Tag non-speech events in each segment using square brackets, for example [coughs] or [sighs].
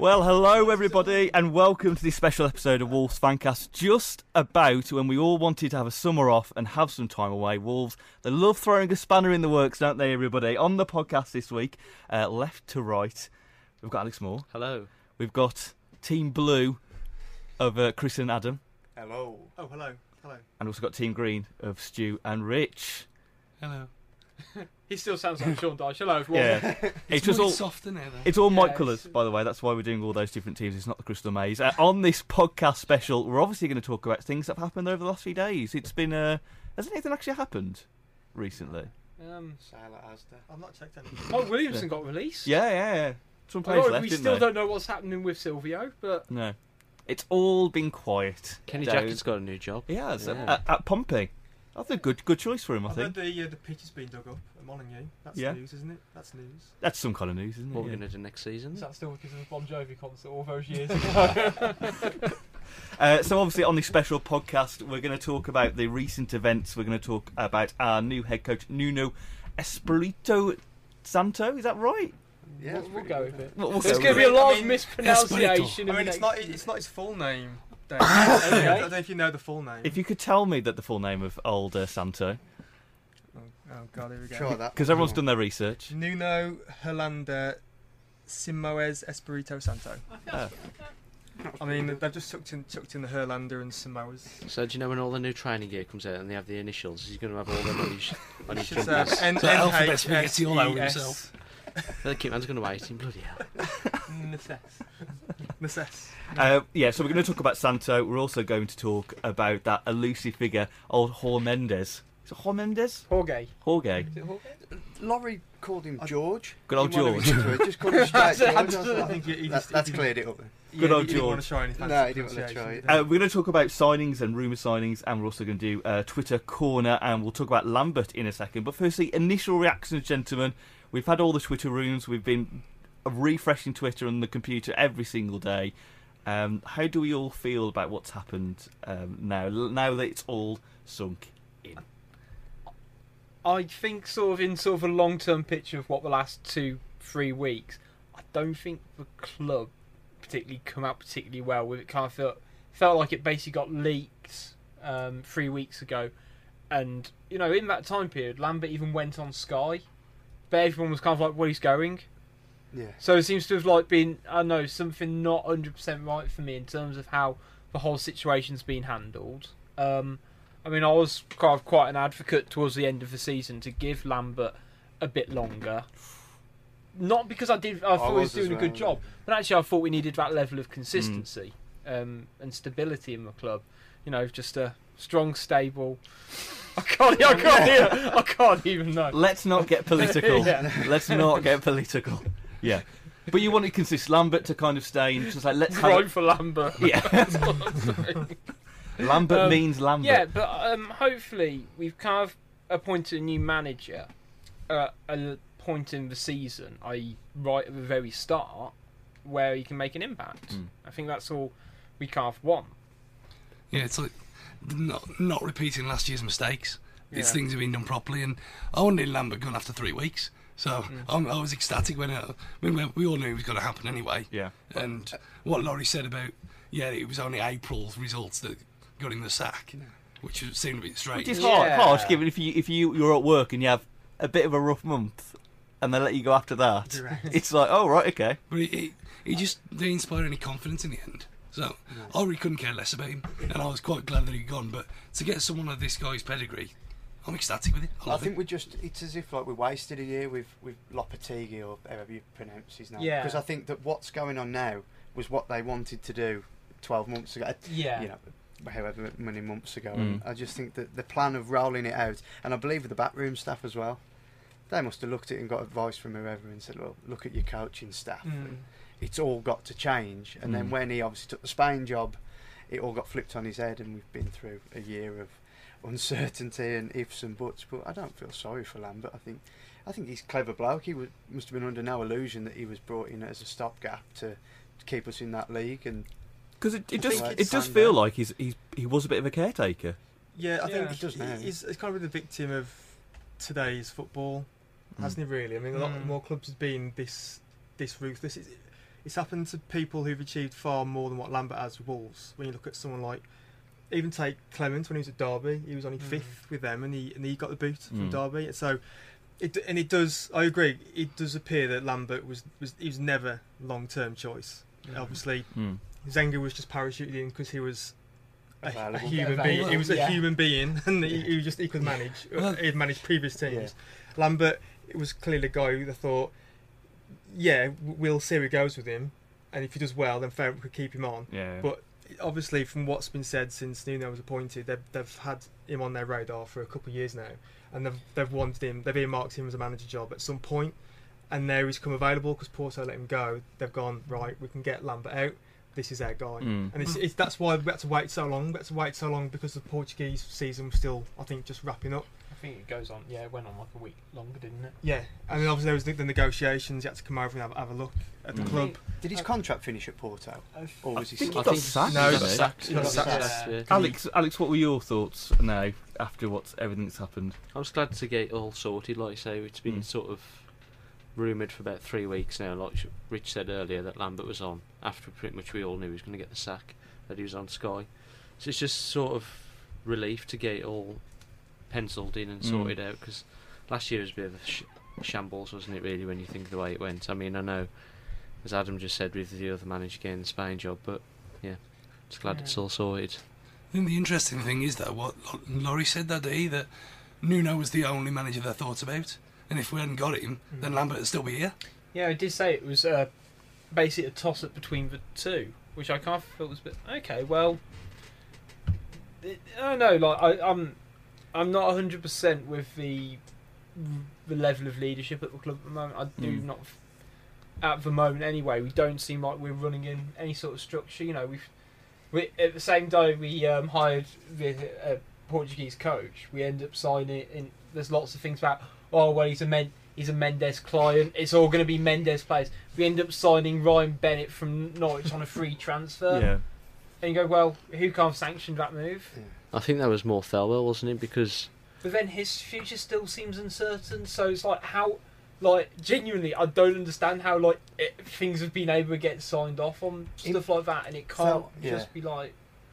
Well, hello everybody, and welcome to this special episode of Wolves Fancast. Just about when we all wanted to have a summer off and have some time away, Wolves they love throwing a spanner in the works, don't they? Everybody on the podcast this week, uh, left to right, we've got Alex Moore. Hello. We've got Team Blue of uh, Chris and Adam, Hello. Oh, hello. Hello. and also got Team Green of Stu and Rich. Hello. he still sounds like Sean Dyche. Hello, everyone. Yeah, [laughs] it's just More all soft than ever. It's all Mike Yeah, colours, it's- by the way. That's why we're doing all those different teams. It's not the Crystal Maze. Uh, on this podcast special, we're obviously going to talk about things that have happened over the last few days. It's been, uh, has anything actually happened recently? Um, Silent Asda. I've not checked any. Mike Williamson got released. Yeah, yeah, yeah. Some I players know left, we didn't still they? don't know what's happening with Silvio, but No, it's all been quiet. Kenny Dave. Jackett's got a new job. He has Yeah. at, at Pompey. That's a good, good choice for him, I I've heard think. the, uh, the pitch has been dug up at Molyneux. That's Yeah. news, isn't it? That's news. That's some kind of news, isn't What we're it? going to do next season? is that still because of the Bon Jovi concert all those [laughs] years ago? Uh, so obviously on this special podcast, we're going to talk about the recent events. We're going to talk about our new head coach Nuno Espirito Santo. Is that right? Yeah, we'll, we'll go with it. Well, we'll There's go going to with be a it. lot I of mean, mispronunciation. I mean, in it's the not, next- it's not his full [laughs] name. Dave. I don't okay. know if you know the full name. If you could tell me that the full name of old uh, Santo, Oh, oh, God, here we go. Uh, that. because everyone's done their research. Nuno Holanda Simoes Espirito Santo. Ah. I mean, they've just tucked in, tucked in the Herlander and Samoas. So do you know when all the new training gear comes out and they have the initials? He's going to have all them on his, on his It's, uh, jumpers. N- E So alphabet spaghetti all over NHSES. himself. the kit man's going to hate him. Bloody hell! Necess. Necess. Uh, yeah, so we're going to talk about Santo. We're also going to talk about that elusive figure, old Jorge Mendes. Is it Jorge Mendes? Jorge. Jorge. Is it Jorge? Laurie called him George. Good old In one of his George. interviews, Just called him straight George. I was I like, think he, he that, just, that's he cleared it up. then. Yeah, Good old he didn't George. want to try any fancy No, he didn't want to pronunciation, try Uh, we're going to talk about signings and rumour signings, and we're also going to do uh, Twitter Corner, and we'll talk about Lambert in a second. But firstly, initial reactions, gentlemen. We've had all the Twitter rooms, we've been refreshing Twitter and the computer every single day. Um, how do we all feel about what's happened um, now, now that it's all sunk in? I think sort of in sort of a long term picture of what the last two, three weeks, I don't think the club particularly come out particularly well with it. Kind of felt felt like it basically got leaked um, three weeks ago, and you know in that time period, Lambert even went on Sky, but everyone was kind of like, "Well, he's going." Yeah. So it seems to have like been I don't know something not hundred percent right for me in terms of how the whole situation's been handled. Um, I mean, I was kind of quite an advocate towards the end of the season to give Lambert a bit longer. Not because I did, I thought he was was as doing a good well, job, but actually I thought we needed that level of consistency um, and stability in the club. You know, just a strong, stable. [laughs] I can't, I can't, even, I can't even know. Let's not [laughs] get political. Yeah. Let's not get political. Yeah. But you wanted consist Lambert to kind of stay and just like let's have Cry for Lambert. a- [laughs] yeah. [laughs] That's all I'm saying. Lambert Um, means Lambert. Yeah, but um, hopefully we've kind of appointed a new manager at a point in the season, i.e., right at the very start, where he can make an impact. I think that's all we kind of want. Yeah, it's like not not repeating last year's mistakes These Yeah. things have been done properly, and I only Lambert gone after three weeks. So Mm. I'm, I was ecstatic when it, I mean, we- we all knew it was going to happen anyway. Yeah. And what Laurie said about yeah, it was only April's results that got him the sack, which seemed a bit strange. Which is hard, Yeah. harsh, given if you if you you're at work and you have a bit of a rough month, and they let you go after that, it's like, oh right, okay, But it, it, it just didn't inspire any confidence in the end. So I really couldn't care less about him, and I was quite glad that he'd gone. But to get someone of this guy's pedigree, I'm ecstatic with it. I I love think it. we just, it's as if like we wasted a year with, with Lopetegui or however you pronounce his name. Yeah. Because I think that what's going on now was what they wanted to do 12 months ago. Yeah. You know, however many months ago. And I just think that the plan of rolling it out, and I believe with the backroom staff as well, they must have looked at it and got advice from whoever and said, well, look at your coaching staff. Hmm. It's all got to change. And then when he obviously took the Spain job, it all got flipped on his head, and we've been through a year of [laughs] uncertainty and ifs and buts. But I don't feel sorry for Lambert. I think, I think he's a clever bloke. He was, must have been under no illusion that he was brought in as a stopgap to, to keep us in that league. And because it, it I does think it it's does Sunday. feel like he's he's he was a bit of a caretaker. Yeah, I Yeah. think He does he- now. he's, he's kind of been the victim of today's football, hasn't he? Really, I mean, a lot Mm. Hmm. more clubs have been this this ruthless. It's, it's happened to people who've achieved far more than what Lambert has with Wolves. When you look at someone like, even take Clement when he was at Derby, he was only fifth with them, and he and he got the boot Mm. from Derby. And So, it d- and it does. I agree. It does appear that Lambert was was he was never long term choice. Obviously, Hmm, Zenga was just parachuted in because he was a, a Available. human being. Available, He was a yeah. human being, [laughs] and he, he just he could manage. Well- He'd managed previous teams. Lambert was clearly a guy who they thought, yeah, w- we'll see where he goes with him, and if he does well, then fair we could keep him on. Yeah, But obviously, from what's been said since Nuno was appointed, they've, they've had him on their radar for a couple of years now, and they've, they've wanted him, they've earmarked him as a manager job at some point, and now he's come available because Porto let him go. They've gone, right, we can get Lambert out. This is our guy, Mm. and it's, it's, that's why we had to wait so long. We had to wait so long because the Portuguese season was still, I think, just wrapping up. I think it goes on. Yeah, it went on like a week longer, didn't it? Yeah, and then obviously there was the, the negotiations. You had to come over and have, have a look at the Mm. club. did his contract finish at Porto, or was he? think still- he got sacked. No, didn't got he? sacked. He got Yeah, sacked. sacked, yeah. Alex, Alex, what were your thoughts now after what's everything that's happened? I was glad to get it all sorted. Like I say, it's been Mm. sort of rumoured for about three weeks now. Like Rich said earlier, that Lambert was on after pretty much we all knew he was going to get the sack, that he was on Sky. So it's just sort of relief to get it all penciled in and Mm. sorted out because last year was a bit of a sh- shambles, wasn't it? Really, when you think of the way it went. I mean, I know as Adam just said with the other manager getting the Spain job, but yeah, just glad it's all sorted. I think the interesting thing is that what Lo- Laurie said that day that Nuno was the only manager they thought about, and if we hadn't got him, then Lambert would still be here. Yeah, I did say it was uh, basically a toss up between the two, which I kind of felt was a bit okay. Well, it, I don't know. Like I, I'm, I'm not hundred percent with the the level of leadership at the club at the moment. I do Mm. not. f- At the moment, anyway, we don't seem like we're running in any sort of structure. You know, we've we at the same time we um, hired the uh, Portuguese coach. We end up signing. In, there's lots of things about. Oh well, he's a men, he's a Mendes client. It's all going to be Mendes players. We end up signing Ryan Bennett from Norwich on a free transfer. And you go, well, who can't have sanctioned that move? I think that was more Thelwell, wasn't it? Because But then his future still seems uncertain. So it's like how, like genuinely, I don't understand how like it, things have been able to get signed off on It- stuff like that, and it can't Felt- yeah. just be like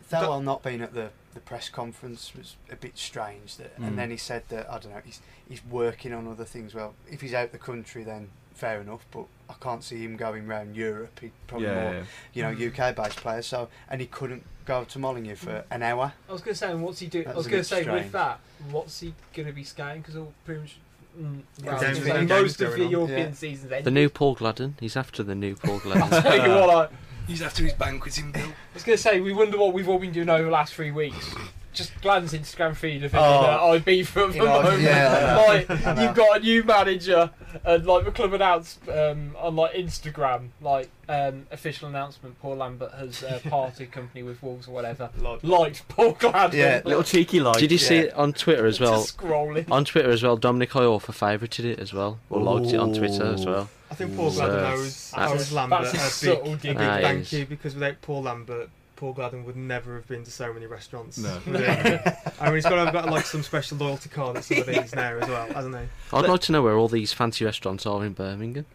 Thelwell not being at the, the press conference was a bit strange. That, Mm. And then he said that, I don't know, he's, he's working on other things. Well, if he's out the country, then fair enough, but I can't see him going round Europe. He'd probably yeah, more, yeah. you know, UK based player. So, and he couldn't go to Molyneux for an hour. I was going to say, and what's he doing? I That was was a going to bit say with strange. that, what's he going to be scanning? Because all pretty much. Mm, Yeah, well, games- so games most of going the on. European Yeah. seasons end. [laughs] The new Paul Gladden. He's after the new Paul I'll Gladden. [laughs] tell you what, I, I He's after his banqueting bill. was going to say, we wonder what we've all been doing over the last three weeks. Just glance Instagram feed of it. Oh. Oh, I'd be for the You know, moment. yeah, I [laughs] [laughs] like, I know. you've got a new manager, and like the club announced um, on like Instagram, like um, official announcement, Paul Lambert [laughs] has uh, parted company with Wolves or whatever. Like- Liked Paul Gladden. Yeah. little cheeky like. Did you see Yeah. it on Twitter as [laughs] well? Just scrolling. On Twitter as well, Dominic Iorfa favourited it as well, or liked it on Twitter as well. I think Paul Ooh. Gladden So owes, that's- owes Lambert that's a a subtle big, a gig. big Ah, thank yes. you because without Paul Lambert, Paul Gladden would never have been to so many restaurants. [laughs] No. I mean, he's got to have got like some special loyalty card at some of these now as well, hasn't he? I'd like to know where all these fancy restaurants are in Birmingham.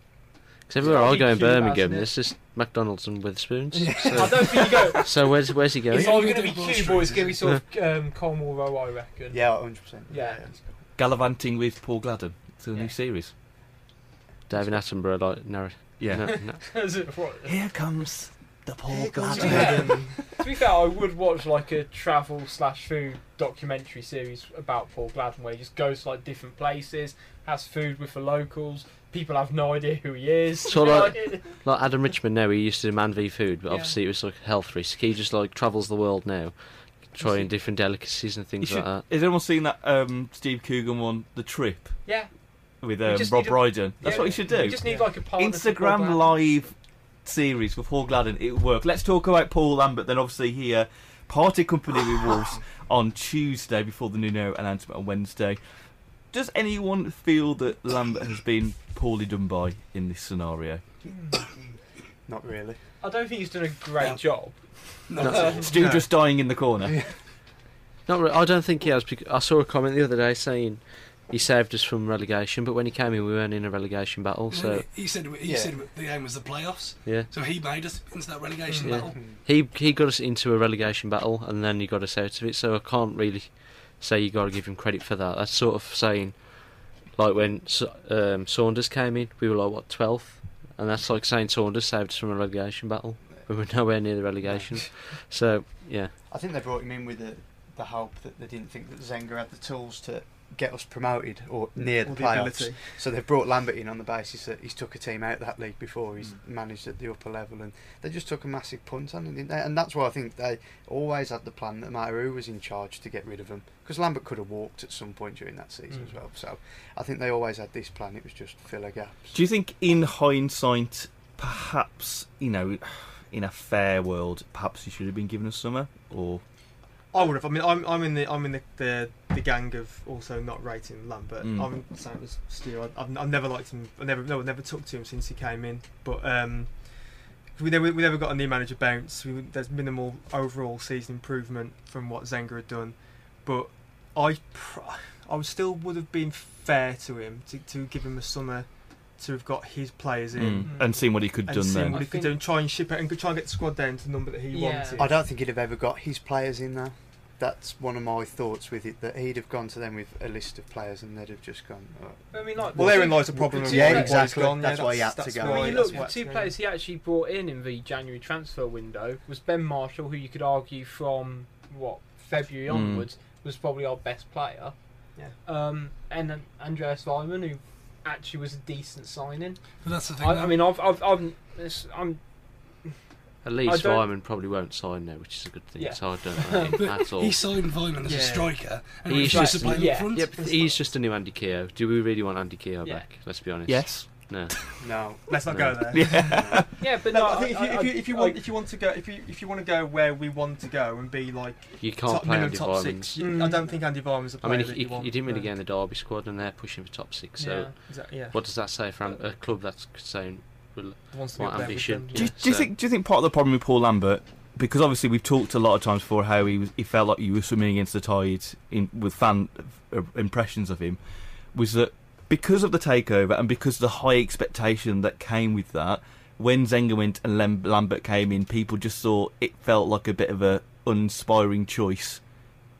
Because everywhere I go LBQ, in isn't Birmingham, it? there's just McDonald's and Witherspoons. I don't think you go. So where's where's he going? It's all either we going to be do Wall Cube Street, or it's going to be isn't [laughs] sort of um, Cornwall Row, I [laughs] reckon. Yeah, 100%. Yeah. Gallivanting with Paul Gladden. It's a new series. David Attenborough, like narr- Yeah. na- na- Is it right? Here comes the Paul Gladden. Yeah. to be fair, I would watch like a travel slash food documentary series about Paul Gladden, where he just goes to like different places, has food with the locals. People have no idea who he is. [laughs] So, You know, like- it- Like Adam Richmond now, he used to do Man v Food, but Yeah. obviously it was like a health risk. He just like travels the world now, trying different delicacies and You things should, like that. has anyone seen that um, Steve Coogan one, The Trip, yeah, with We um, just Rob need a- Brydon? That's yeah, what you should You do. just need like a partner. for Paul Instagram Gladden. live series with Paul Gladden. It would work. Let's talk about Paul Lambert. Then obviously he uh, parted company with [laughs] Wolves on Tuesday before the Nuno announcement on Wednesday. Does anyone feel that Lambert has been poorly done by in this scenario? Not really. I don't think he's done a great No. job. No, Uh, Stu just dying in the corner. Not, re- I don't think he has. Because I saw a comment the other day saying he saved us from relegation, but when he came in, we weren't in a relegation battle. So he said he Yeah. said the aim was the playoffs. yeah, So he made us into that relegation Yeah. battle. he he got us into a relegation battle, and then he got us out of it. So I can't really say you got to give him credit for that. That's sort of saying like when Sa- um, Saunders came in, we were like what twelfth, and that's like saying Saunders saved us from a relegation battle. We were nowhere near the relegation. So yeah, I think they brought him in with the, the hope that they didn't think that Zenger had the tools to get us promoted or near the Or the playoffs. ability. so they've brought Lambert in on the basis that he's took a team out of that league before. He's Mm. managed at the upper level, and they just took a massive punt on him, didn't they? And that's why I think they always had the plan, no matter who was in charge, to get rid of him. Because Lambert could have walked at some point during that season Mm. as well. So I think they always had this plan. It was just filler gaps. Do you think, in hindsight, perhaps you know, in a fair world, perhaps he should have been given a summer or I would have. I mean, I'm, I'm in the I'm in the, the, the gang of also not rating Lambert. Mm. I'm the same as Stu. I- I've, I've never liked him. I never no, I never talked to him since he came in. But um, we never we never got a new manager bounce. We, there's minimal overall season improvement from what Zenger had done. But I pr- I would still would have been fair to him to, to give him a summer to have got his players in. Mm. and seen what he could And done see then. [laughs] what he I could think- do, and try and ship it, and try and get the squad down to the number that he Yeah. wanted. I don't think he'd have ever got his players in there. That's one of my thoughts with it. That he'd have gone to them with a list of players, and they'd have just gone. "Oh, I mean, like, Well, the therein two- lies the problem. the of two Yeah, players- why he's exactly. gone. That's why he had to that's go. why- When you that's look, the what's two going players he actually brought in in the January transfer window was Ben Marshall, who you could argue from what February Mm. onwards was probably our best player. Yeah. Um, and then Andreas Weimann, who actually was a decent signing. But that's the thing. I, though. I mean, I've, I've, I've, it's, I'm, at I least don't- Wyman probably won't sign now, which is a good thing. Yeah. So I [laughs] don't know him at all. He signed Vyman as Yeah. a striker, and He's he's just a just- player yeah. up front. Yeah, but he's just a new Andy Keogh. Do we really want Andy Keogh Yeah. back? Let's be honest. Yes. No. not-" No, Let's not go there. yeah, but No, no, I think if you, if you, if you I- want if you want to go if you if you want to go where we want to go and be like You can't top play minimum Andy top Vyman's. six, you- I don't think Andy Vyman's a I player mean, that he, you want. he didn't really uh, get in the Derby squad, and they're pushing for top six. So, Yeah. Exactly. Yeah. what does that say for am- a club that's saying will Wants to be what up there with ambition? them. Do, you- Yeah, do you so- think? Do you think part of the problem with Paul Lambert, because obviously we've talked a lot of times before how he was, he felt like you were swimming against the tide in with fan uh, impressions of him, was that because of the takeover and because of the high expectation that came with that, when Zenga went and Lem- Lambert came in, people just thought it felt like a bit of a uninspiring choice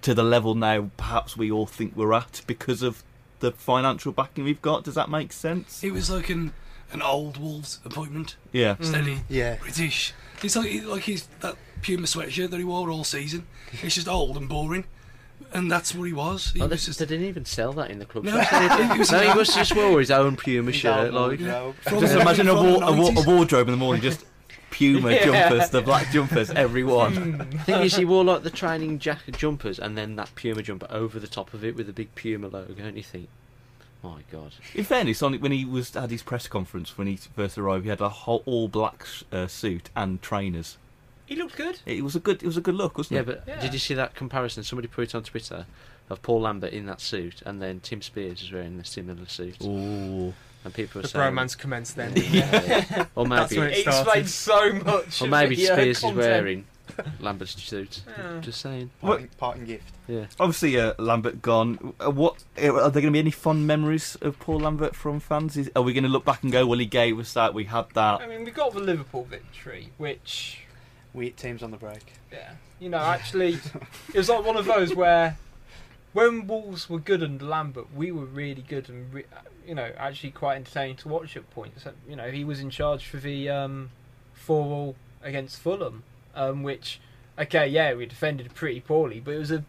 to the level now perhaps we all think we're at because of the financial backing we've got. Does that make sense? It was like an an old Wolves appointment, Yeah. Mm. steady yeah. British. It's like like he's that Puma sweatshirt that he wore all season. It's just old and boring, and that's what he was. He Oh, they, was just they didn't even sell that in the club. No. shop, did they? It was- no, he must just wore his own Puma shirt. No, Like, no. from Just the- imagine a, [laughs] from the wa- a, wa- a 90s. wardrobe in the morning, just Puma Yeah. jumpers, the black jumpers, everyone. the thing is, he wore like the training jacket jumpers, and then that Puma jumper over the top of it with a big Puma logo. And you think, my God, in fairness, on when he was had his press conference when he first arrived, he had a whole all black uh, suit and trainers. he looked good. It was a good, it was a good look, wasn't Yeah, it? but Yeah. did you see that comparison? Somebody put it on Twitter of Paul Lambert in that suit, and then Tim Spears is wearing a similar suit, Ooh. and people are The saying, [laughs] bromance commenced then. or That's when maybe, it It started. explains so much. or of maybe the, uh, Spears is content. wearing Lambert's suit. Just saying. Parting, parting gift. Yeah. Obviously, uh, Lambert gone. Uh, what uh, are there going to be any fond memories of Paul Lambert from fans? Is, are we going to look back and go, "Well, he gave us that. We had that." I mean, we got the Liverpool victory, which, Wheat teams on the break. yeah, you know, actually, it was like one of those where when Wolves were good under Lambert, we were really good and, re- you know, actually quite entertaining to watch at points. And, You know, he was in charge for the um, 4 all against Fulham, um, which, okay, yeah, we defended pretty poorly, but it was a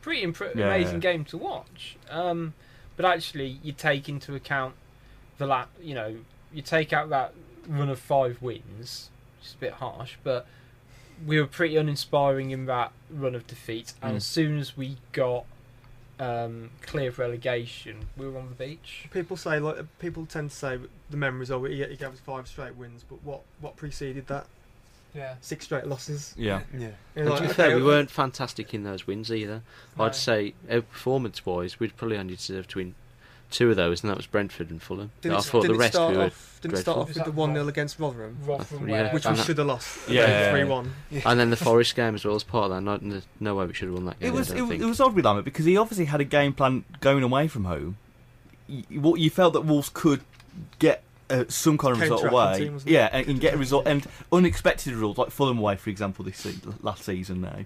pretty impre- Yeah, amazing yeah. game to watch. Um, but actually, you take into account the la- you know, you take out that run of five wins, which is a bit harsh, but we were pretty uninspiring in that run of defeat. And Mm. as soon as we got um, clear of relegation, we were on the beach. People say like people tend to say the memories are he, he gave us five straight wins, but what what preceded that? Yeah. Six straight losses. Yeah, Yeah. And And you're to like, be fair, okay, we weren't fantastic in those wins either. No. I'd say, uh, performance-wise, we'd probably only deserved to win two of those, and that was Brentford and Fulham. Did I it, thought did the it rest start we were, off? Did it start dreadful. off with the one 0 against Rotherham, Rotherham, Yeah. Wales. which we And that- should have lost? Yeah. three one. and then the Forest game as well as part of that. No, no- no way we should have won that game. it was. I It, don't was- think. it was odd with Lambert because he obviously had a game plan going away from home. Y- y- What you felt that Wolves could get. Uh, some kind of result Counterattack away, the team, wasn't it? yeah, and, and get a result and unexpected results like Fulham away, for example, this se- last season now.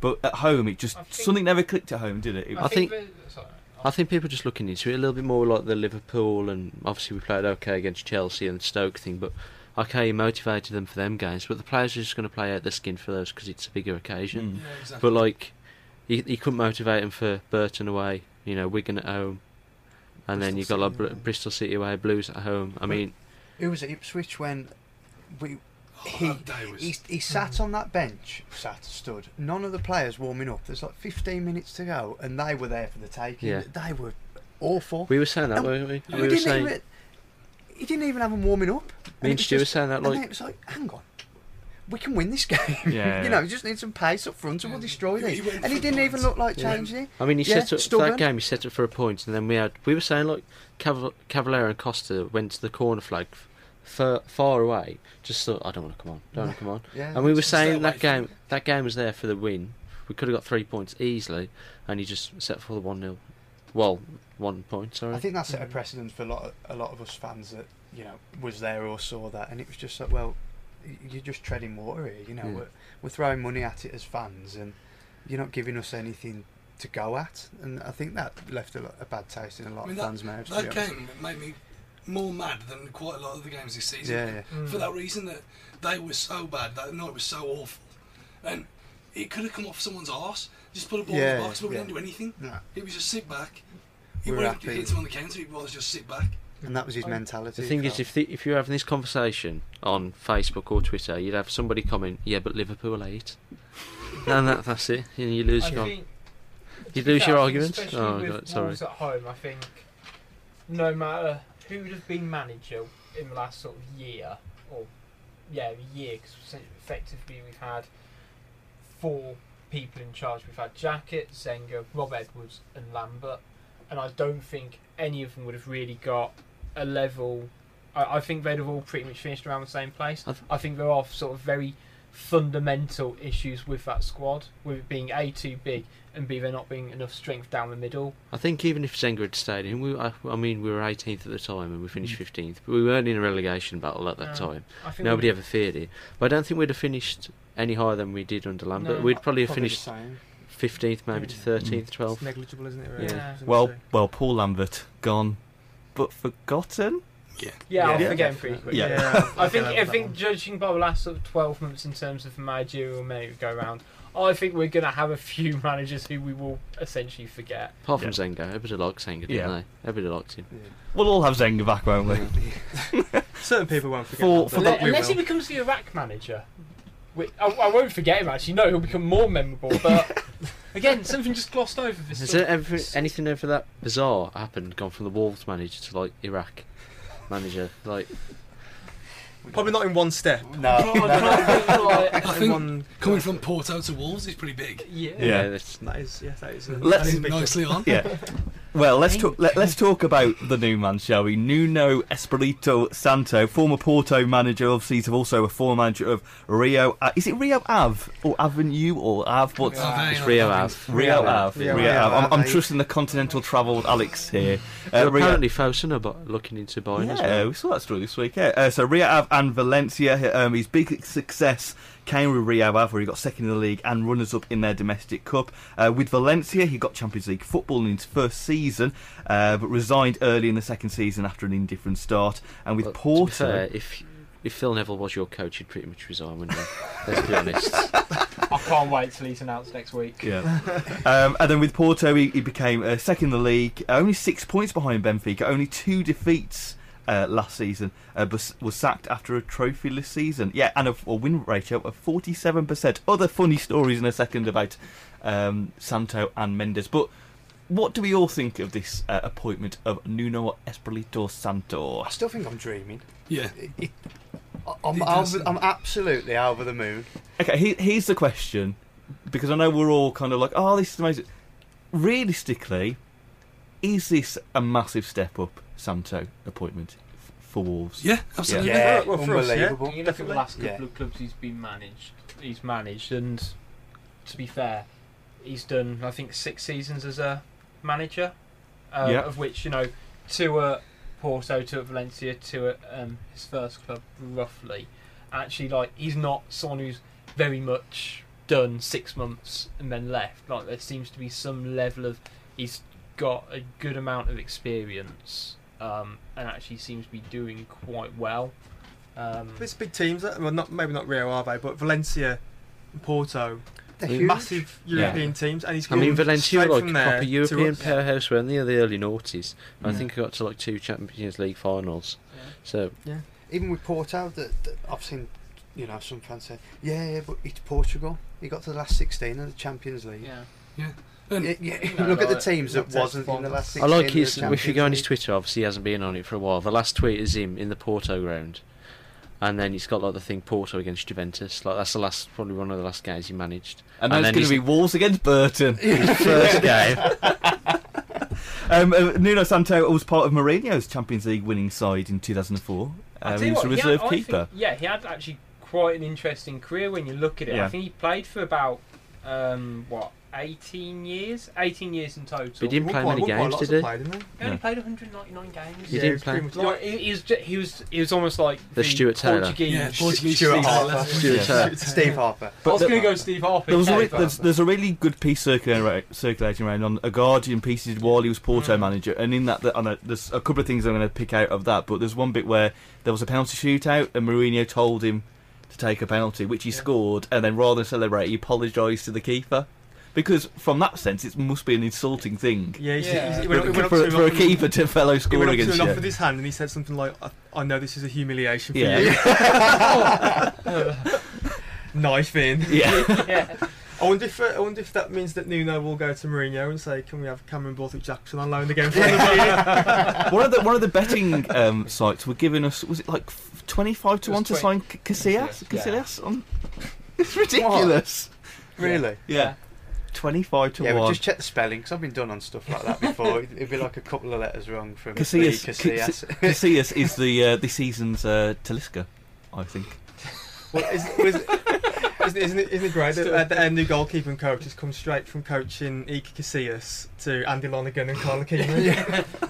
But at home, it just I think- something never clicked at home, did it? It I think- the- sorry. I think people are just looking into it a little bit more like the Liverpool and obviously we played okay against Chelsea and Stoke thing, but okay, you motivated them for them games, but the players are just going to play out their skin for those because it's a bigger occasion. Mm. Yeah, exactly. But like, you, you couldn't motivate them for Burton away, you know, Wigan at home, and then Bristol you got like City Br- away. Bristol City away, Blues at home. I mean, Who was at Ipswich when we Oh, he, that day was. he, he sat on that bench, sat, stood. None of the players warming up. There's like 15 minutes to go, and they were there for the taking. Yeah. They were awful. we were saying that, And weren't we? And we were didn't saying, even, he didn't even have them warming up. it me and was Stu were just- saying that, and then like, it was like, hang on, we can win this [laughs] game. Yeah, you know, you just need some pace up front, and we'll destroy He- he these. went And he for didn't even points. look like Yeah. changing. I mean, he Yeah, set up for stubborn. that game. He set up for a point, and then we had we were saying like Caval- Cavallero and Costa went to the corner flag f- far, far away. Just thought, I don't want to come on, don't want to come on. Yeah. And we were Just stay saying away that from game that game was there for the win. We could have got three points easily, and he just set for the one 0 Well, one point. Sorry. I think that set Mm. a precedent for a lot, of, a lot of us fans that you know was there or saw that, and it was just like, well, y- you're just treading water here. You know, Yeah. we're, we're throwing money at it as fans, and you're not giving us anything to go at. And I think that left a, lot, a bad taste in a lot I mean, of that- fans' mouths. to That be honest. game made me more mad than quite a lot of the games this season. Yeah, yeah. For that reason that they were so bad, that night was so awful, and it could have come off someone's arse. Just put a ball Yeah, in the box, but we yeah. didn't do anything. No. It was just sit back. It We were wouldn't happy. hit him on the counter. It was just sit back. And that was his I- mentality. The thing he is, felt. if the, if you're having this conversation on Facebook or Twitter, you'd have somebody comment, "Yeah, but Liverpool eight. [laughs] and that, that's it. You, you lose I your think- you lose your Yeah, argument. Especially Oh, with God, sorry. Wolves at home, I think no matter who would have been manager in the last sort of year, or yeah, a year, because effectively we've had four people in charge. We've had Jacket, Zenger, Rob Edwards, and Lambert, and I don't think any of them would have really got a level. I, I think they'd have all pretty much finished around the same place. I th- I think there are sort of very fundamental issues with that squad, with it being a too big and b there not being enough strength down the middle. I think even if Zenger had stayed in, we, I, I mean, we were 18th at the time and we finished 15th, but we weren't in a relegation battle at that No. time. I think Nobody ever feared it. But I don't think we'd have finished any higher than we did under Lambert. No. We'd probably have Probably the finished same. Mm. 15th, maybe to 13th, It's 12th. negligible, isn't it? Yeah. Really? It's Well, insane. well, Paul Lambert gone, but forgotten. Yeah, I'll Yeah. forget him pretty quick. Yeah. I think I think judging by the last sort of twelve months in terms of managerial may go round, I think we're gonna have a few [laughs] managers who we will essentially forget. Apart Yeah. from Zenger, everybody liked Zenger, didn't Yeah. they? Everybody liked him. We'll all have Zenga back, won't we? [laughs] certain people won't forget. For- that, for but Unless, we unless he will. becomes the Iraq manager. Which, I, I won't forget him actually. No, he'll become more memorable. [laughs] But again, something just glossed over this. Has sort there of- ever, anything ever that bizarre happened, gone from the Wolves manager to, like, Iraq manager? Like, Probably not in one step. no, Oh, no, like- I in think one, coming from Porto to Wolves is pretty big. yeah. Yeah. that's- that is yeah, that is. a- Let's- that is a big Nicely on. Yeah. Well, let's talk. Let, us talk about the new man, shall we? Nuno Espirito Santo, former Porto manager. Obviously, he's also a former manager of Rio. Uh, is it Rio Ave or Avenue or Ave? What's Ave. It's Rio Ave. Rio Ave? Rio, Rio Ave. Ave. I'm, I'm trusting the continental travel with Alex here. Uh, Well, Rio- apparently, Fosun are bu- looking into buying as yeah, well. we saw that story this week. Yeah. Uh, so Rio Ave and Valencia, um, his big success came with Rio Ave, where he got second in the league and runners up in their domestic cup. Uh, with Valencia, he got Champions League football in his first season, uh, but resigned early in the second season after an indifferent start. And with Well, to be Porto, fair, if if Phil Neville was your coach, you'd pretty much resign, wouldn't you? Let's be [laughs] honest. I can't wait till he's announced next week. Yeah. um, and then with Porto, he, he became uh, second in the league, uh, only six points behind Benfica, only two defeats uh, last season, uh, but was sacked after a trophyless season. Yeah, and a, a win ratio of 47%. Other funny stories in a second about um, Santo and Mendes. But what do we all think of this uh, appointment of Nuno Espirito Santo? I still think I'm dreaming. Yeah. I- I'm, It over, doesn't. I'm absolutely over the moon. Okay, he, here's the question, because I know we're all kind of like, oh, this is amazing. Realistically, is this a massive step up Santo appointment f- for Wolves? Yeah, absolutely. Yeah, well, for us, yeah. unbelievable. You look at the last couple Yeah. of clubs he's been managed. He's managed, and to be fair, he's done I think six seasons as a manager, uh, Yeah. of which you know two at Porto, two at Valencia, two at um, his first club, roughly. Actually, like he's not someone who's very much done six months and then left. Like there seems to be some level of he's got a good amount of experience. Um, and actually seems to be doing quite well. Um, There's big teams. that- Well, not maybe not Rio Ave, but Valencia, and Porto, They're Yeah. huge. massive European teams, and he's. I mean, gone Valencia straight were like from a there proper to European us. Mm. powerhouse, weren't they? The early noughties. I Yeah. think they got to like two Champions League finals. So Even with Porto, that, that I've seen, you know, some fans say, yeah, yeah, but it's Portugal. He got to the last 16 of the Champions League. yeah. And Yeah, [laughs] yeah, Yeah, Look at the like, teams that that's wasn't in the bonkers. last 16 I like of the his. If you Champions go on his League. Twitter, obviously he hasn't been on it for a while. The last tweet is him in the Porto ground, and then he's got like the thing Porto against Juventus. Like that's the last, probably one of the last games he managed. And, And then then it's going to he's- be Wolves against [laughs] Burton. his first game. [laughs] um, uh, Nuno Santo was part of Mourinho's Champions League winning side in 2004. I Um, tell he you was a what, reserve had- I think- keeper. yeah, he had actually quite an interesting career when you look at it. Yeah. I think he played for about um, what eighteen years, eighteen years in total. But he didn't Won play quite- many won quite games, lots did of he? play, didn't they? He only Yeah. played one hundred ninety nine games. He Yeah, didn't it's play. pretty much Like, he, he was ju- he was he was almost like The Stuart Taylor. Portuguese. yeah, Portuguese Stuart league. Harper. Stuart Yeah. Taylor. Steve Harper. I But was the- going to go Steve Harper. There was a yeah, re- but- there's, there's a really good piece circulating, circulating around on a Guardian piece did while he was Porto manager, and in that, the, on a, there's a couple of things I'm going to pick out of that. But there's one bit where there was a penalty shootout, and Mourinho told him to take a penalty, which he scored, and then rather than celebrate, he apologised to the keeper because, from that sense, it must be an insulting thing Yeah, he's, Yeah. He's, he for, went up- he went up to for, him for a off- keeper to fellow He score went up to against him you. off with his hand, and he said something like, "I, I know this is a humiliation for Yeah. you." [laughs] [laughs] Knife in. yeah. yeah. I wonder if uh, I wonder if that means that Nuno will go to Mourinho and say, "Can we have Cameron Borthwick Jackson on loan again for another year?" [laughs] one of the one of the betting um, sites were giving us was it like f- twenty five to It was one to 20 sign C- Casillas? Yeah. Casillas on. It's ridiculous. Really? Yeah. 25 to Yeah, 1. we [laughs] just check the spelling because I've been done on stuff like that before. It'd it'd be like a couple of letters wrong from the Casillas, Casillas. Cas- Casillas is the uh, this season's uh, Talisca, I think. well, is, was, isn't, isn't, it, isn't it great that uh, the uh, new goalkeeping coach has come straight from coaching Ike Casillas to Andy Lonigan and Carla [laughs] Keeman?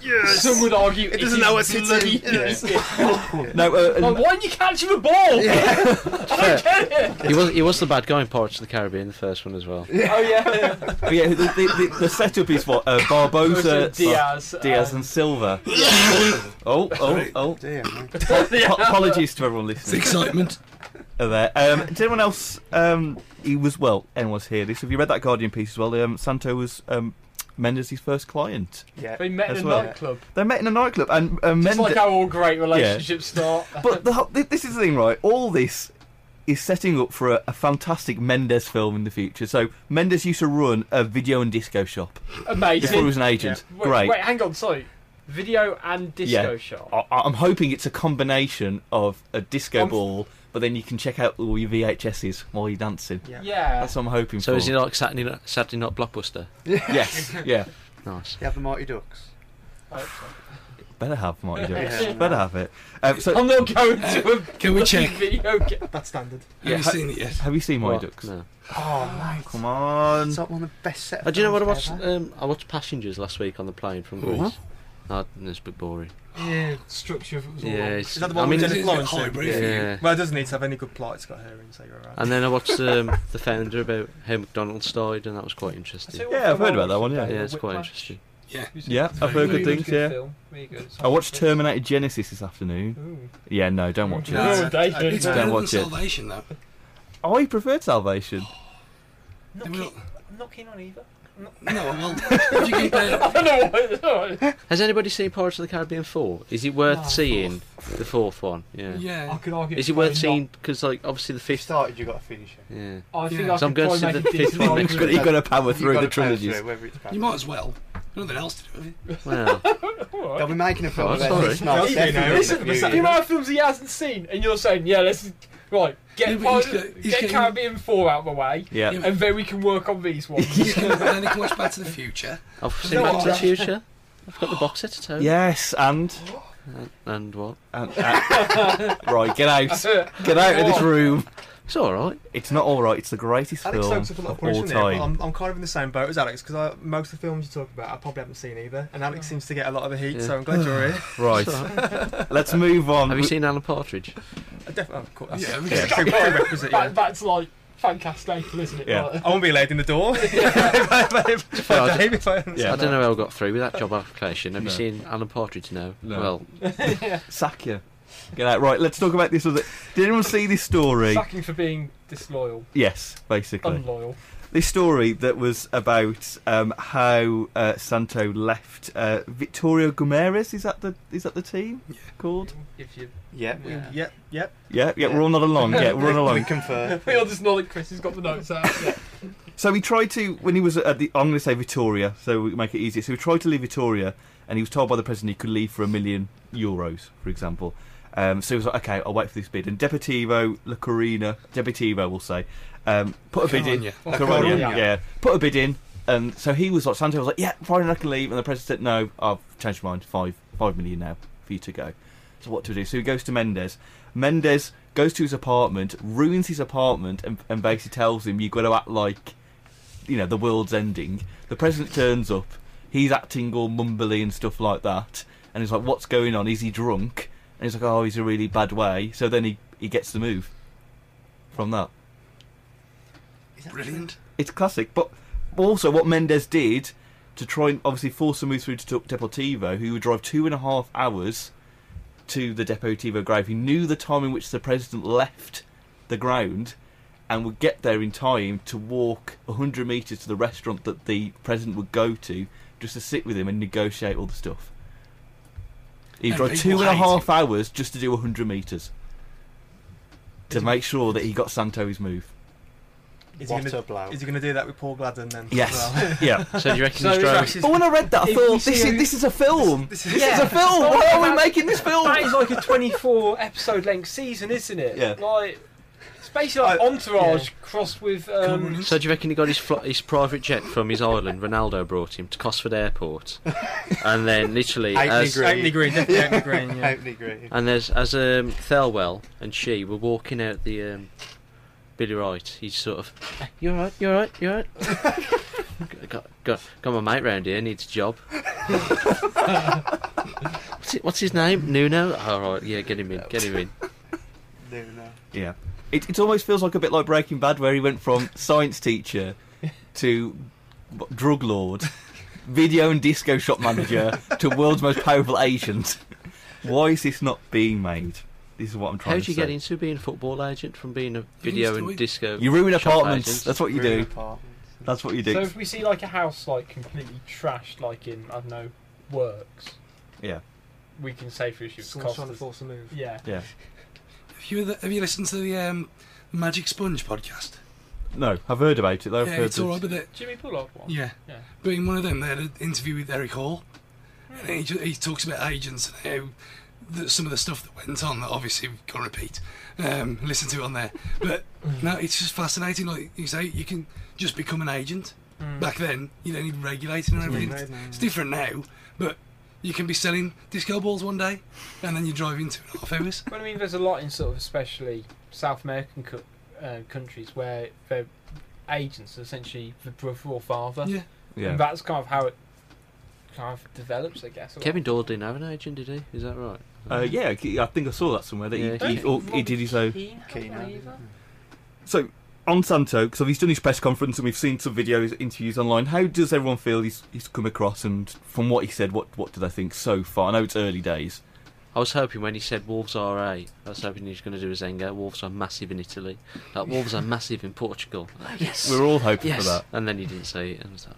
yes. Some would argue It doesn't know is what's hitting. bloody- Oh, No, Like, [laughs] uh, why didn't you catch him a ball? [laughs] I don't get it. He was. He was the bad guy in Pirates of the Caribbean, the first one as well. Oh yeah, [laughs] yeah. uh, yeah, the, the, the, the setup is what uh, Barbosa, Barbosa, Diaz, Diaz, [laughs] um, and Silva. oh, oh, oh! Dear me. Po- apologies to everyone It's listening. excitement. are there. Um, did anyone else? Um, he was well. Anyone was here? This. Have you read that Guardian piece as well? Um, Santo was um, Mendes' first client. Yeah. They met in As a well. nightclub. They met in a nightclub, and uh, It's Mendes. like how all great relationships start. but the, whole- thi- this is the thing, right? All this is setting up for a, a fantastic Mendes film in the future. So Mendes used to run a video and disco shop before he Amazing. was an agent. Wait, Great. Wait, hang on. Sorry, video and disco Yeah. shop. I, I'm hoping it's a combination of a disco I'm- ball, but then you can check out all your VHSs while you're dancing. Yeah. That's what I'm hoping So for. [laughs] is he like Saturday, Night- Saturday Night Blockbuster? yes, yeah. Nice. They have the Mighty Ducks. Better have Marty Jones. Yeah. Better have it. Um, so, I'm not going to a Can we check? Have video game. That's standard. yeah, you ha- seen it yet? have you seen Marty What? Ducks? No. Oh, mate. Come on. It's like one of the best set of Oh, Uh, do you know what I films watched? ever. Um, I watched Passengers last week on the plane from Greece. What? Oh, it's a bit boring. Yeah, structure of it was all Yeah, wrong. it's- Is that the one I with mean, Jennifer it's Lawrence? high in? brief. Yeah. Well, it doesn't need to have any good plot. It's got her in, so you're alright. And then I watched um, [laughs] the founder about how McDonald's died, and that was quite interesting. Yeah, I've heard about that one, yeah. Yeah, it's quite interesting. Yeah. Yeah, I've heard good Really things. Good Yeah, film. Really good. I watched Terminator Genesis this afternoon. Ooh. Yeah, no, don't watch it. No, It's Don't better than watch it. Salvation, though. I Oh, preferred Salvation. Not They were- keen- I'm not keen on [laughs] either. No, well, if you compare, Has anybody seen Pirates of the Caribbean 4? Is it worth No, seeing the fourth one? Yeah. yeah, Oh, I could argue. Is it it's worth probably seeing? Because, like, obviously the If you fifth. started, you got to finish it. Yeah. I think Yeah. I So I'm could probably going to see make the a decent fifth one [laughs] next argument. week. You've got to power You've through got the to power trilogies. through, whether it's bad you or might not. as well. Nothing else to do. [laughs] Well, They'll be making a film Oh, about sorry. Nick Snyder. Okay, now, Definitely listen in to a me, few Sam. The You years. amount of films he hasn't seen, and you're saying, yeah, let's right get Yeah, but one, he's got- he's get getting- Caribbean Four out of the way, Yeah. Yeah. and then we can work on these [laughs] ones. He's gonna- then he can watch Back to the Future. I've seen No, Back to the I- Future. I've got the box set at home. Yes, and, And what? and, and- right, get out, get out of this room. It's alright. It's not all right. It's the greatest Alex film soaks up a lot of of points all from there, but time. I'm, I'm kind of in the same boat as Alex because most of the films you talk about I probably haven't seen either, and Oh. Alex seems to get a lot of the heat. Yeah. So I'm glad [sighs] you're here. Right, [laughs] let's move on. Have you seen Alan Partridge? I def- oh, of course. Yeah, we Pre- just- prerequisite, yeah. that, that's like fantastic, isn't it? Yeah. Like- I won't be laid in the [laughs] door. [laughs] if I- if I- Yeah. I don't know how I got through with that job application. Have you seen Alan Partridge? No. No. Well, Sack you. Get out. Right, let's talk about this other. Did anyone see this story? Sacking for being disloyal, Yes, basically. unloyal. this story that was about um, how uh, Santo left uh, Vittorio Gumeres. Is that the is that the team called? If you, Yeah, we- Yeah. Yep, yep. Yeah, yeah, we're all not along. Yeah, we're all We along. confer. we all just know that Chris has got the notes out. Yeah. So he tried to when he was at the. I'm going to say Vittoria, so we make it easier. So he tried to leave Vittoria, and he was told by the president he could leave for a million euros, for example. Um, so he was like, okay, I'll wait for this bid. And Deportivo La Corina, Deportivo, we'll say, um, put a bid in. Caranya. Corona, Corona. yeah. yeah. Put a bid in, and so he was like, Santo was like, yeah, Friday I can leave, and the president said, no, I've changed my mind, five, five million now for you to go. So what to do? So he goes to Mendes. Mendes goes to his apartment, ruins his apartment, and, and basically tells him, you've got to act like, you know, the world's ending. The president turns up, he's acting all mumbly and stuff like that, and he's like, what's going on? Is he drunk? And he's like, oh, he's a really bad way. So then he, he gets the move from that. Brilliant. It's classic, but also what Mendes did to try and obviously force a move through to Deportivo, who would drive two and a half hours to the Deportivo ground. He knew the time in which the president left the ground and would get there in time to walk 100 metres to the restaurant that the president would go to just to sit with him and negotiate all the stuff. He'd And drive people two and a hate half hours just to do 100 metres to make sure that he got Santo's move. Is he, What gonna, a blow. is he gonna do that with Paul Gladden then? as Yes. well? yeah. so do you reckon So he's is drunk? that- But when I read that, I If you thought this see is a- this is a film. This, this is, is- a film. Why are we making this film? [laughs] That is like a 24 episode length season, isn't it? Yeah. Like, it's basically like Oh, Entourage crossed with. Um, So do you reckon he got his fl- his private jet from his island? Ronaldo brought him to Cosford Airport, and then literally Hackney as Green. Oakley [laughs] Green, definitely Oakley Green. Yeah. Totally agree. and there's as um, Thelwell and she were walking out the um, Billy Wright. He's sort of you're right, you're right, you're right. [laughs] got, got got my mate round here. Needs a job. [laughs] what's, it, what's his name? Nuno. All right, yeah, get him in, get him in. No, no. Yeah. It, it almost feels like a bit like Breaking Bad, where he went from science teacher to what, drug lord, video and disco shop manager to world's most powerful agent. Why is this not being made? This is what I'm trying How to do you say. get into being a football agent from being a video destroy- and disco? You ruin shop apartments. agent? That's what [laughs] you Room do. apartments. That's what you do. so if we see like a house like completely trashed, like in I don't know, works, yeah. we can safely issue it's Someone's cost trying to us. force a move. Yeah. Yeah. Have you have you listened to the um, Magic Sponge podcast? No, I've heard about it though. I've yeah, heard it's all right, but they- Jimmy Bullock one. yeah. Yeah. But in one of them, they had an interview with Eric Hall, and he, ju- he talks about agents and how the, some of the stuff that went on that obviously we can't repeat. Um, Mm. listen to it on there, but no, it's just fascinating. Like you say, you can just become an agent. Hmm. Mm. Back then, you don't need regulating or everything. made now. It's different now, but you can be selling disco balls one day, and then you drive in two and a half hours. Well, I mean, there's a lot in sort of especially South American co- uh, countries where their agents are essentially the brother or father. Yeah. And Yeah. that's kind of how it kind of develops, I guess. Kevin Doyle didn't have an agent, did he? Is that right? Uh, yeah, I think I saw that somewhere that Yeah, he, oh, he, or he did his own. Keen, either. So on Santo, so he's done his press conference and we've seen some videos, interviews online. How does everyone feel he's, he's come across? And from what he said, what what do they think so far? I know it's early days. I was hoping when he said Wolves are a, I was hoping he was going to do a Zenga. Wolves are massive in Italy. Like Wolves are massive in [laughs] Portugal. Like, Oh, yes. We're all hoping yes. for that. And then he didn't say it. And I was like,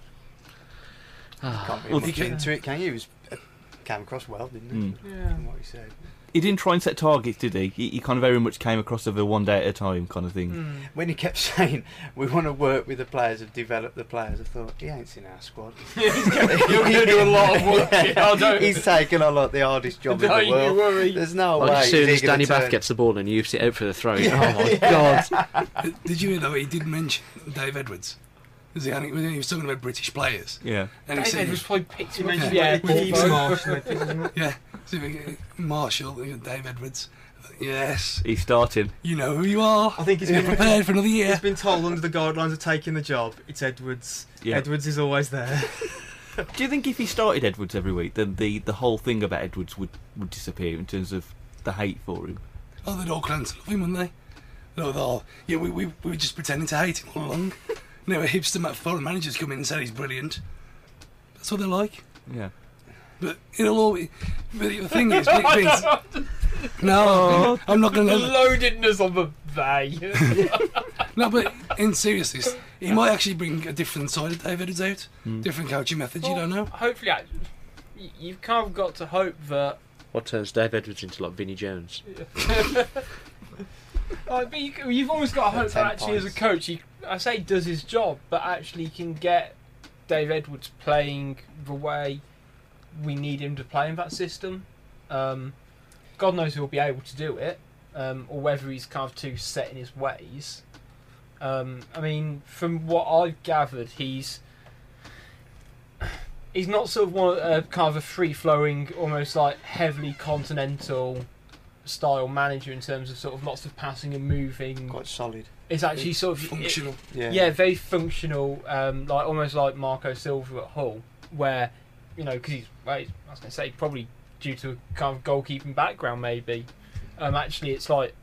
ah. Can't really Well, look yeah. into it, can you? It was, uh, came across well, didn't it? Mm. Yeah. From what he said. He didn't try and set targets, did he? He, he kind of very much came across of a one day at a time kind of thing. Mm. Hmm. When he kept [laughs] saying, we want to work with the players and develop the players, I thought, he ain't in our [laughs] squad. You're going to do a lot of [laughs] work. here. Oh, don't, He's taken on like the hardest job in [laughs] don't the you world. worry. There's no Like, way. as soon he's as gonna Danny Bath turn- gets the ball and you've it out for the [laughs] throw, in. oh my god! Uh, Did you hear that he did mention Dave Edwards? 'Cause He I think he was talking about British players. Yeah. And he David was said, probably picked him up. Mentioned Yeah, with Eves Paul Marsh, and they- wasn't it? [laughs] yeah, so we get Marshall, you know, Dave Edwards. Yes, He's starting. you know who you are. I think he's Be [laughs] been prepared for another year. He's been told under the guidelines of taking the job, it's Edwards. Yeah. Edwards is always there. Do you think if he started Edwards every week, then the, the whole thing about Edwards would, would disappear in terms of the hate for him? Oh, they'd all clan to love him, wouldn't they? No, they all, yeah, we, we, we were just pretending to hate him all along. [laughs] now a hipster ma- foreign manager's come in and said he's brilliant. That's what they're like. Yeah. But it'll always. But the thing [laughs] is, [laughs] Vic Vince. No, I'm not going The to. loadedness of the they. [laughs] No, but in seriousness, he might actually bring a different side of Dave Edwards out. Different coaching methods, you don't know. Hopefully, I, y- you've kind of got to hope that. what turns Dave Edwards into like Vinnie Jones? Uh, but you, you've always got to At hope 10 that actually, as a points. coach, he, I say does his job, but actually can get Dave Edwards playing the way we need him to play in that system. Um, God knows he'll be able to do it, um, or whether he's kind of too set in his ways. Um, I mean, from what I've gathered, he's he's not sort of one uh, kind of a free flowing, almost like heavily continental style manager in terms of sort of lots of passing and moving. Quite solid. It's actually sort of Functional. Yeah. yeah, very functional, um, like almost like Marco Silva at Hull, where you know because he's, well, he's I was going to say probably due to a kind of goalkeeping background maybe. Um, actually, it's like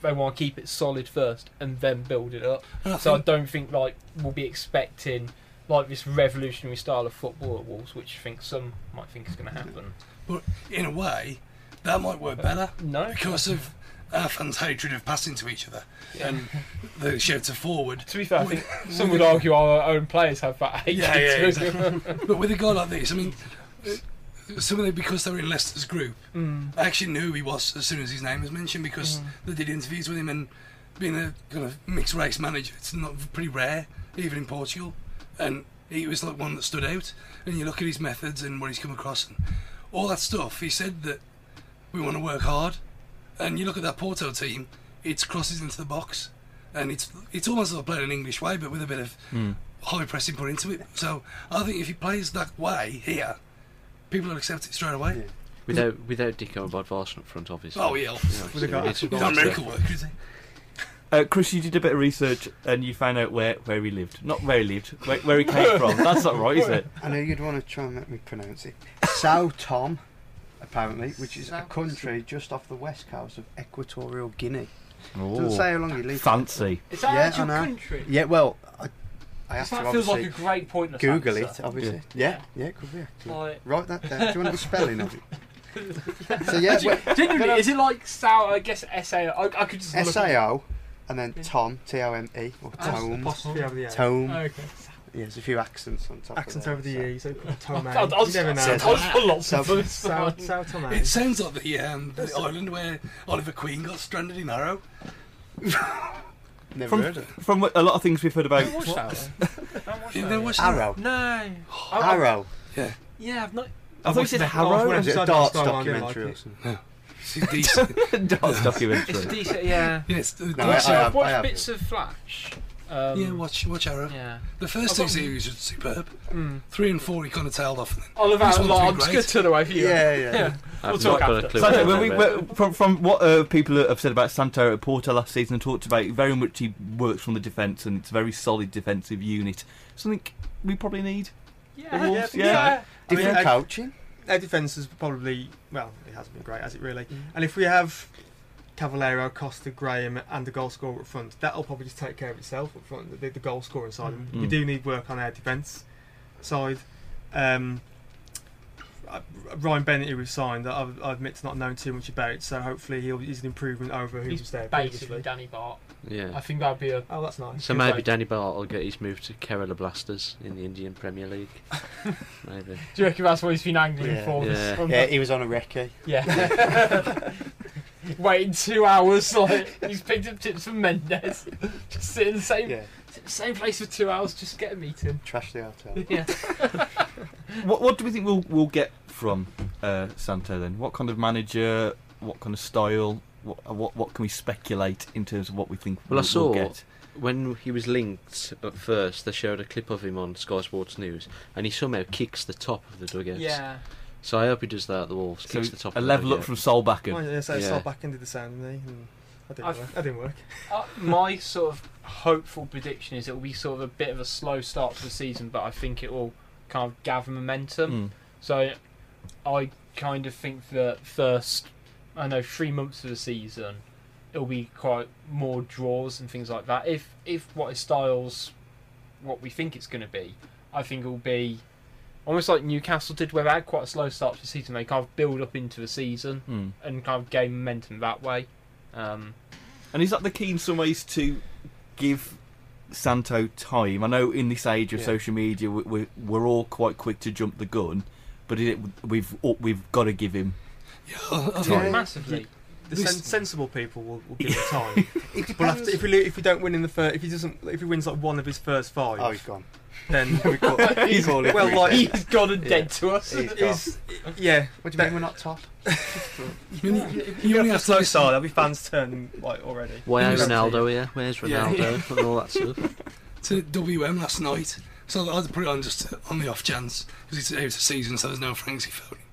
they want to keep it solid first and then build it up. And I So I think- don't think like we'll be expecting like this revolutionary style of football at Wolves, which I think some might think is going to happen. but in a way, that might work better. No, because of our fans' hatred of passing to each other and [laughs] the shouts are forward. Um, to be fair, I [laughs] We- think some would argue our own players have that hatred. Yeah, yeah, too. [laughs] exactly. But with a guy like this, I mean, uh, some of them, because they were in Leicester's group, Mm. I actually knew who he was as soon as his name was mentioned because they did interviews with him and being a kind of mixed race manager, it's not pretty rare, even in Portugal. And he was like one that stood out. And you look at his methods and what he's come across and all that stuff. He said that we want to work hard. And you look at that Porto team, it's crosses into the box. And it's it's almost like playing an English way, but with a bit of high pressing put into it. So I think if he plays that way here, people will accept it straight away. Without without Dico and Bob Varson up front, obviously. Oh, yeah. obviously, Would've got- it's- He's not a it's- miracle worker, is he? Uh, Chris, you did a bit of research and you found out where, where he lived. Not where he lived, where, where he came from. That's not right, is it? I know you'd want to try and make me pronounce it. Sao Tom, apparently, which is a country just off the west coast of Equatorial Guinea. Doesn't say how long he lived. Fancy. Is that Yeah, actual I know. country? Yeah, well, I, I have to That feels like obviously a great point. in the Google fact, it, obviously. Yeah, yeah, it could be. sir. Actually. Like, Write that down. Do you want the spelling of it? So yeah, well, genuinely, is it like Sao? I guess S A. I, I could just look S it A up. O, and then Tom, T O M E, or Tome. Apostrophe over the A. Tome. Okay. Yeah, there's a few accents on top. Accent of over the E, so Tome. I'll, I'll, I'll, You never I'll, know. I'll, lots of South- them. Sao Sao Tome. It sounds like the, um, the island where Oliver Queen got stranded in Arrow. Never From, heard of it. from a lot of things we've heard about. Don't watch that You one. know what's Arrow. No. I- I- Arrow. Yeah, I've not. I thought you said Harrow. Is it a darts documentary or something? It's decent. Darts documentary. It's decent. Yeah. yes, the- No, the- I- So I I've have- I watched have. bits of Flash, Um, yeah, watch watch Arrow. yeah. The first I've two got- series are superb. Hmm. Three and four, he kind of tailed off. Then. Oliver and This one's been Lord, I'm great. just going to turn away from you. Yeah, yeah. I've We'll not talk got after. a clue. So, what so I'm when talking we, about. we- from, from what uh, people have said about Santoro at Porto last season and talked about, very much he works from the defence and it's a very solid defensive unit. Something we probably need. Yeah, The yeah, Wolves, yeah. yeah. Different I- coaching. Their defence is probably well, it hasn't been great, has it really? Hmm. And if we have Cavallero, Costa, Graham, and the goal scorer up front, that'll probably just take care of itself up front. The, the goal scoring side. We Mm. do need work on our defence side. Um, uh, Ryan Bennett, who we've signed, I, I admit to not knowing too [laughs] much about, so hopefully he'll, he's an improvement over who He's was there Basically, previously. Danny Bart. I Yeah. think that'd be a. Oh, that's nice. So Good maybe luck. Danny Bart will get his move to Kerala Blasters in the Indian Premier League. [laughs] maybe. Do you reckon that's what he's been angling Yeah. for? this- Yeah. from Yeah, he was on a recce. Yeah. Waiting two hours, like he's picked up tips from Mendes. Just sit in the same Yeah, sit in the same place for two hours, just get a meeting. trash the hotel. Yeah. What, what do we think we'll, we'll get from uh, Santo then? What kind of manager? What kind of style? What, uh, what what can we speculate in terms of what we think Well, I we'll, saw- we'll get? When he was linked at first, they showed a clip of him on Sky Sports News, and he somehow kicks the top of the dugout. Yeah. So I hope he does that at the Wolves. So Kicks the top. a of level the up dugout. from Solbakken. Well, yeah, so I Yeah. started back into the sound, didn't he? And that didn't I've- work. That didn't work. [laughs] Uh, my sort of hopeful prediction is it'll be sort of a bit of a slow start to the season, but I think it will kind of gather Mm. momentum. So I kind of think that first, I know three months of the season, it'll be quite more draws and things like that. If if what is Styles, what we think it's going to be, I think it'll be almost like Newcastle did, where they had quite a slow start to the season. They kind of build up into the season Mm. and kind of gain momentum that way. Um, And is that the key in some ways to give Santo time? I know in this age of Yeah. social media, we- we're, we're all quite quick to jump the gun, but it, we've we've got to give him. Yeah, I- I- Yeah. massively. The This- sen- sensible people will, will give it [laughs] time. It But depends. after, if we lo- if we don't win in the first, if he doesn't, if he wins like one of his first five, oh, he's gone. then We call, [laughs] we call it well, like- recess. He's gone and dead to us. he's gone. is yeah. What do you mean we're not top? I mean, you- You you only have to have to slow listen- side. There'll be fans turning like already. [laughs] Why is Yeah. Ronaldo here? Where's Yeah. Ronaldo? And all that stuff. to WM last night, so I had to put it on just on the off chance because it's out of season, so there's no Franksy phoning.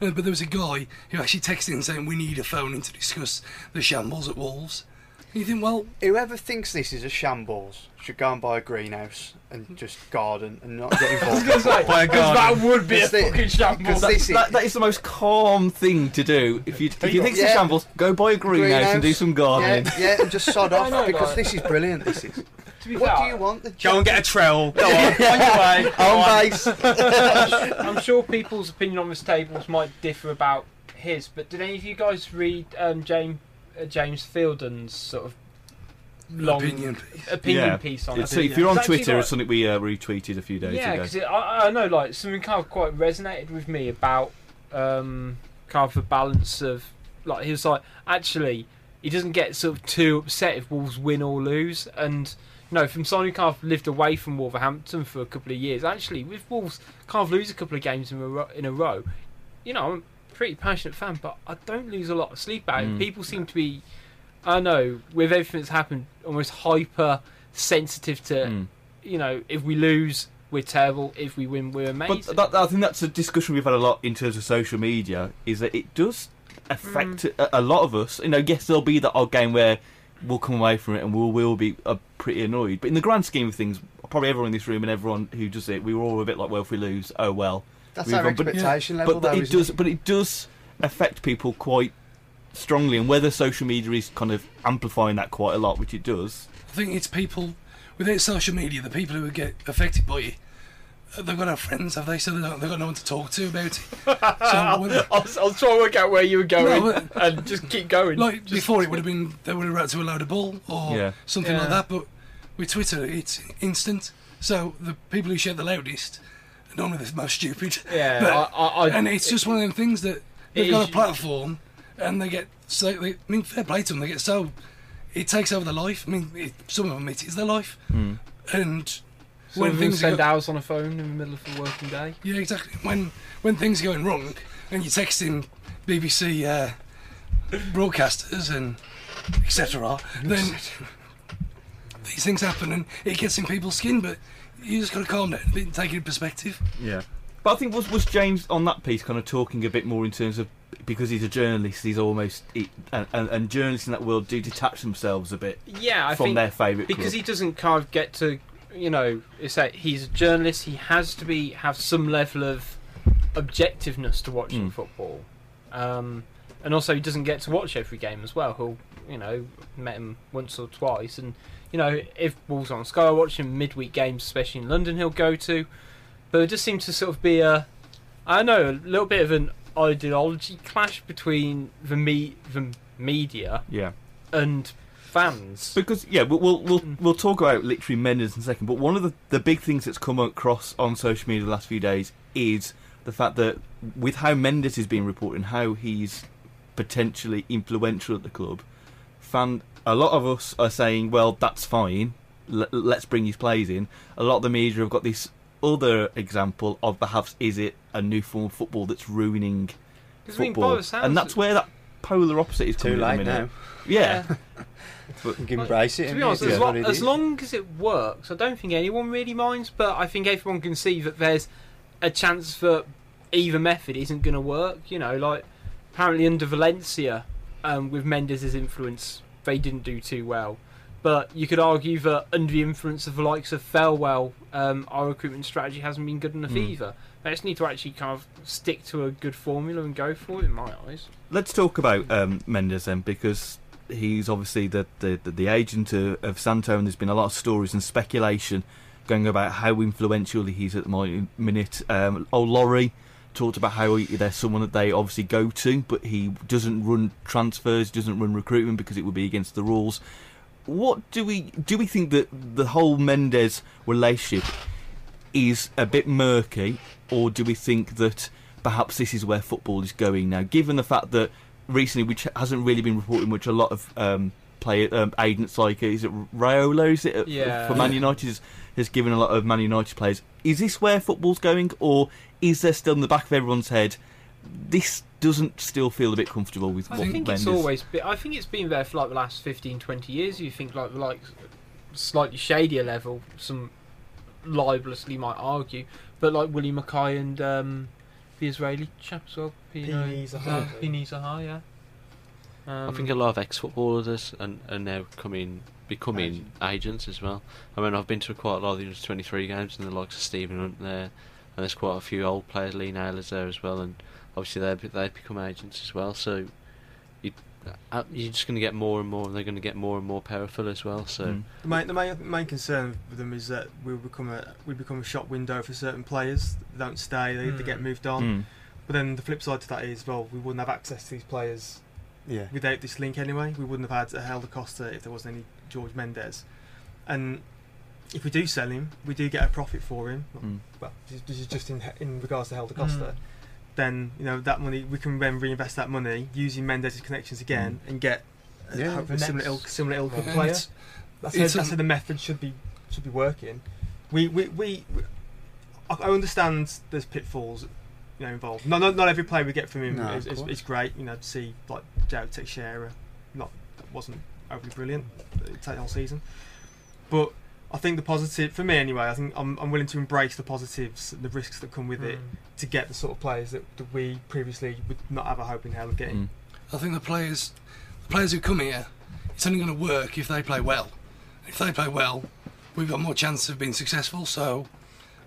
Uh, but there was a guy who actually texted in saying we need a phone in to discuss the shambles at Wolves. And you think, well, Whoever thinks this is a shambles should go and buy a greenhouse and just garden and not get involved. By a that would be a Because they- fucking because shambles. they That, see- that- that is the most calm thing to do. If you if you think it's a Yeah. shambles, go buy a greenhouse, and do Greenhouse. some gardening. yeah, yeah, and just sod I off know, because like- this is brilliant. This is. To be What fair, do you want? The Go and get a trowel. Go on, on your way. on base. I'm sure people's opinion on this tables might differ about his, but did any of you guys read um, James uh, James Fielden's sort of long opinion, opinion. please. Yeah. piece on Yeah, it? So if you're on It's actually Twitter, got- it's something we uh, retweeted a few days yeah, ago. because I, I know like something kind of quite resonated with me about um, kind of the balance of like he was like actually he doesn't get sort of too upset if Wolves win or lose, and you know from someone who kind of lived away from Wolverhampton for a couple of years, actually with Wolves kind of lose a couple of games in a row, in a row you know, I'm a pretty passionate fan, but I don't lose a lot of sleep about Mm. it. People seem to be, I know, with everything that's happened, almost hyper sensitive to, Mm. you know, if we lose, we're terrible. If we win, we're amazing. But that, I think that's a discussion we've had a lot in terms of social media. Is that it does affect a, a lot of us. You know, yes, there'll be that odd game where we'll come away from it and we'll will be uh, pretty annoyed. But in the grand scheme of things, probably everyone in this room and everyone who does it, we were all a bit like, well, if we lose, oh well. That's We've our gone, but- expectation level, But though. it isn't does. But it does affect people quite strongly, and whether social media is kind of amplifying that quite a lot, which it does. I think it's people without social media, the people who get affected by it. uh, They've got no friends, have they? So they don't, they've got no one to talk to about it. So when- I, was, I was trying to work out where you were going No, but- and just keep going. like Just- before, it would have been they would have had to allow the ball or Yeah. something like Yeah. that. But with Twitter, it's instant. So the people who shout the loudest are normally the most stupid. Yeah, [laughs] But- I, I, I, and it's just one of them things that It they've got is- a platform and they get so. They, I mean, fair play to them. They get so it takes over their life. I mean, it, some of them it is their life. And Some of them are spend go- hours on a phone in the middle of a working day. yeah, exactly. When when things are going wrong, and you're texting BBC uh, broadcasters and etc., then these things happen and it gets in people's skin, but you just got to calm down a bit and take it in perspective. Yeah. But I think was was James on that piece kind of talking a bit more in terms of because he's a journalist, he's almost he, and, and, and journalists in that world do detach themselves a bit Yeah, I from think their favourite because club. he doesn't kind of get to, you know, it's like he's a journalist. He has to be have some level of objectiveness to watching Mm. football, um, and also he doesn't get to watch every game as well. He'll, you know, met him once or twice, and you know, if Wolves are on Sky, I watch him midweek games, especially in London. He'll go to, but it just seems to sort of be a, I don't know, a little bit of an ideology clash between the me the media yeah. and fans. Because yeah, we'll we'll we'll, Mm. we'll talk about literary men in a second. But one of the, the big things that's come across on social media the last few days is the fact that with how Mendes is being reported and how he's potentially influential at the club, fan a lot of us are saying, well, that's fine. L- let's bring his plays in. A lot of the media have got this other example of perhaps is it a new form of football that's ruining Because I mean, by football, the sounds and that's of- where that polar opposite is Too coming in late a minute. now. Yeah. Embrace it. To and be it honest, is as, what lo- it as is. long as it works, I don't think anyone really minds. But I think everyone can see that there's a chance that either method isn't going to work. You know, like apparently under Valencia, um, with Mendes' influence, they didn't do too well. But you could argue that under the influence of the likes of Felwell, um, our recruitment strategy hasn't been good Hmm. enough Mm. either. They just need to actually kind of stick to a good formula and go for it, in my eyes. Let's talk about um, Mendes then, because he's obviously the the, the, the agent of, of Santo, and there's been a lot of stories and speculation going about how influential he's at the mi- minute. Um, old Laurie talked about how he, there's someone that they obviously go to, but he doesn't run transfers, doesn't run recruitment because it would be against the rules. What do we do? We think that the whole Mendes relationship is a bit murky, or do we think that perhaps this is where football is going now? Given the fact that recently, which hasn't really been reported much, a lot of um, player um, agents like is it Raiola, is it uh, Yeah. for Man United has, has given a lot of Man United players. Is this where football's going, or is there still in the back of everyone's head this doesn't still feel a bit comfortable with I what think Mendes? it's always. Be- I think it's been there for like the last 15, 20 years. You think like like slightly shadier level, some libelously might argue, but like Willie Mackay and um, the Israeli chap as well, Pino Pini Zaha. Pini Zaha, yeah. Um, I think a lot of ex-footballers and are now coming becoming agents as well. I mean, I've been to quite a lot of the under 23 games, and the likes of Stephen Hunt there, and there's quite a few old players, Lee Naylor's there as well, and obviously they they become agents as well. So you uh, you're just going to get more and more, and they're going to get more and more powerful as well. So Mm. The main, the main, main concern with them is that we become a we become a shop window for certain players. They don't stay. They, they get Mm, Hmm. moved on. But then the flip side to that is, well, we wouldn't have access to these players Yeah. without this link anyway. We wouldn't have had a Helder Costa if there wasn't any George Mendes. And if we do sell him, we do get a profit for him. Not- Mm. Well, this this is just in in regards to Helder Costa. Then you know that money we can then reinvest that money using Mendes' connections again and get a, Yeah, hopefully a similar ilk, similar ilk of Yeah, player. it's- That's how, it's that's an- how the method should be should be working. We we, we, we I I understand there's pitfalls you know involved. Not not, not every player we get from him No, is, of is, course. is great. You know to see like Joe Teixeira, not wasn't overly brilliant uh, take the whole season, but I think the positive for me anyway. I think I'm, I'm willing to embrace the positives, and the risks that come with it, Mm. hmm. to get the sort of players that, that we previously would not have a hope in hell of Mm. getting. I think the players, the players who come here, it's only going to work if they play well. If they play well, we've got more chance of being successful. So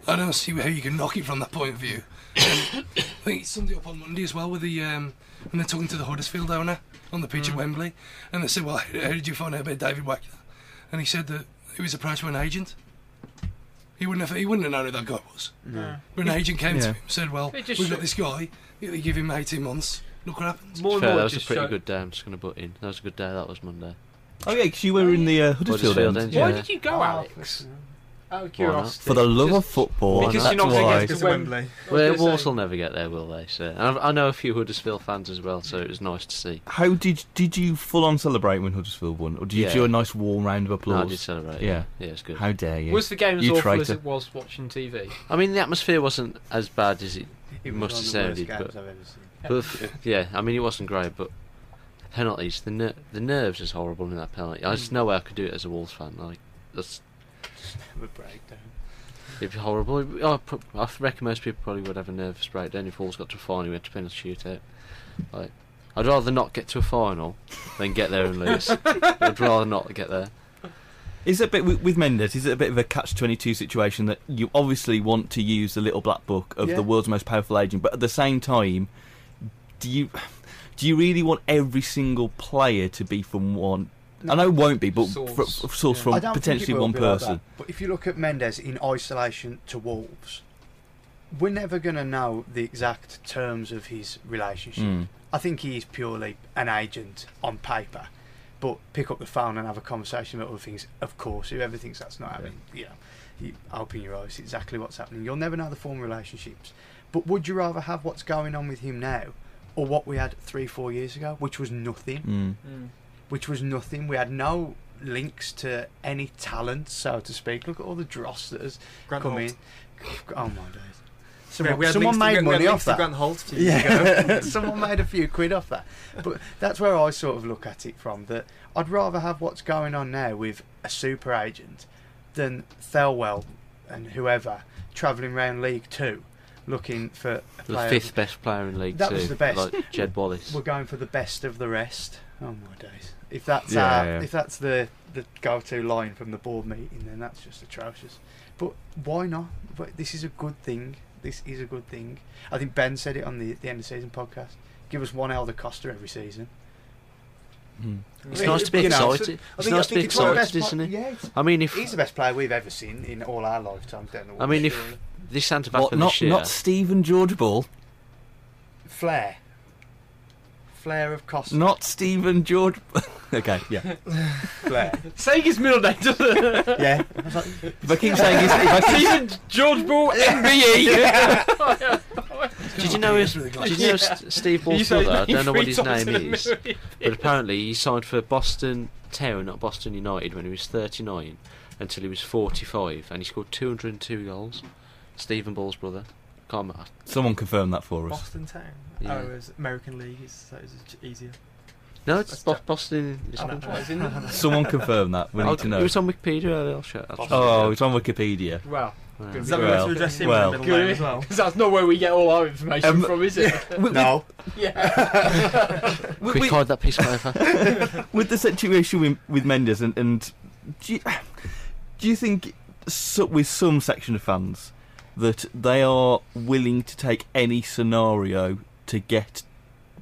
I don't see how you can knock it from that point of view. [coughs] And I think it's something up on Monday as well with the um, when they're talking to the Huddersfield owner on the pitch at Wembley, and they said, "Well, how how did you find out about David Wagner?" And he said that he was approached by an agent. He wouldn't have he wouldn't have known who that guy was. But an agent came Yeah. to him and said, "Well, They just we've got should- this guy. They give him 18 months. Look what happens." more and fair, more that was a just pretty show- good day. I'm just going to butt in. That was a good day. That was Monday. Oh yeah, because you were in the uh, Huddersfield, Huddersfield end. end, Why Yeah. did you go, Alex? Out of curiosity. For the love Just- of football, because that's you're not gonna why. get It's When- uh, Wembley. I was Well, gonna say- Wolves will never get there, will they? So and I've- I know a few Huddersfield fans as well, so it was nice to see. How did did you full on celebrate when Huddersfield won, or did you Yeah. do a nice warm round of No, I applause? did celebrate. Yeah. yeah, it's good. How dare you? Was the game as You awful tried as to- it was watching TV? I mean, the atmosphere wasn't as bad as it It was must one have of the worst sounded, games but I've ever seen. But f- yeah, I mean, it wasn't great, but Mm. penalties, the ner- the nerves is horrible in that penalty. I just know way I could do it as a Wolves fan. Like That's Have a breakdown. it'd be horrible. It'd be- oh, I, pro- I reckon most people probably would have a nervous breakdown if all's got to a final. You had to pin a shootout. Like, I'd rather not get to a final than get there and [laughs] lose. I'd rather not get there. Is it a bit with, with Mendes? Is it a bit of a catch-22 situation that you obviously want to use the little black book of Yeah. the world's most powerful agent, but at the same time, do you do you really want every single player to be from one? I know it won't be, but Source. fr- fr- source Yeah. from I don't potentially think it will one be like person. that. But if you look at Mendes in isolation to Wolves, we're never going to know the exact terms of his relationship. Mm. I think he is purely an agent on paper. But pick up the phone and have a conversation about other things. Of course, whoever thinks that's not happening, you know, you open your eyes. Exactly what's happening. You'll never know the form relationships. But would you rather have what's going on with him now, or what we had three, four years ago, which was nothing? Mm. which was nothing. We had no links to any talent, so to speak. Look at all the dross that has Grant come Holt. in. Oh my days! Yeah, Someone, we had someone links to- made we had money links off to that. Grant Holt a [laughs] few years ago. Yeah, someone made a few quid off that. But that's where I sort of look at it from. That I'd rather have what's going on now with a super agent than Thelwell and whoever travelling round League Two looking for a The player. fifth best player in League That Two, was the best. like Jed Wallace. We're going for the best of the rest. Oh my days! If that's Yeah, our, yeah. if that's the the go-to line from the board meeting, then that's just atrocious. But why not? But this is a good thing. This is a good thing. I think Ben said it on the the end of season podcast. Give us one Elder Costa every season. Mm. Hmm. It's Yeah, nice to be you know, excited. I It's think- I nice to be think it's one of the excited, best isn't pla- it? Yeah, it's- I mean, if he's the best player we've ever seen in all our lifetimes. Down the I water, mean, if surely. this Santa What, Backer not this year, not Stephen George Ball, Flair, Flair of Costa, not Stephen George. [laughs] okay, yeah. [laughs] Flair. Saying his middle name doesn't it? yeah, If I keep saying, his, if I keep George Ball [laughs] MBE. [laughs] Did you know his? Really glad. Did you know S- Steve You Ball's say his brother? I name don't know what three his times name in a is, minute. but apparently he signed for Boston Town, not Boston United, when he was 39 until he was 45, and he scored 202 goals. Stephen Ball's brother. Can't remember. someone confirm that for us. Boston Town. Yeah. Oh, it's American League. It's, so it's easier. No, it's That's Bo- Jack- Boston. It's I don't know. It's in the- Someone confirm that. We I'll- need to It know. was on Wikipedia. I'll show. I'll Oh, show it's on Wikipedia. Well, you. good. [laughs] Is that Well, well, to address him well. with the middle name good. as well? Because that's not where we [laughs] get all our information Um, from, is it? no, yeah. With- Quick with- hide that piece [laughs] of paper. with the situation with, with Mendes and, and do, you, do you think so, with some section of fans that they are willing to take any scenario to get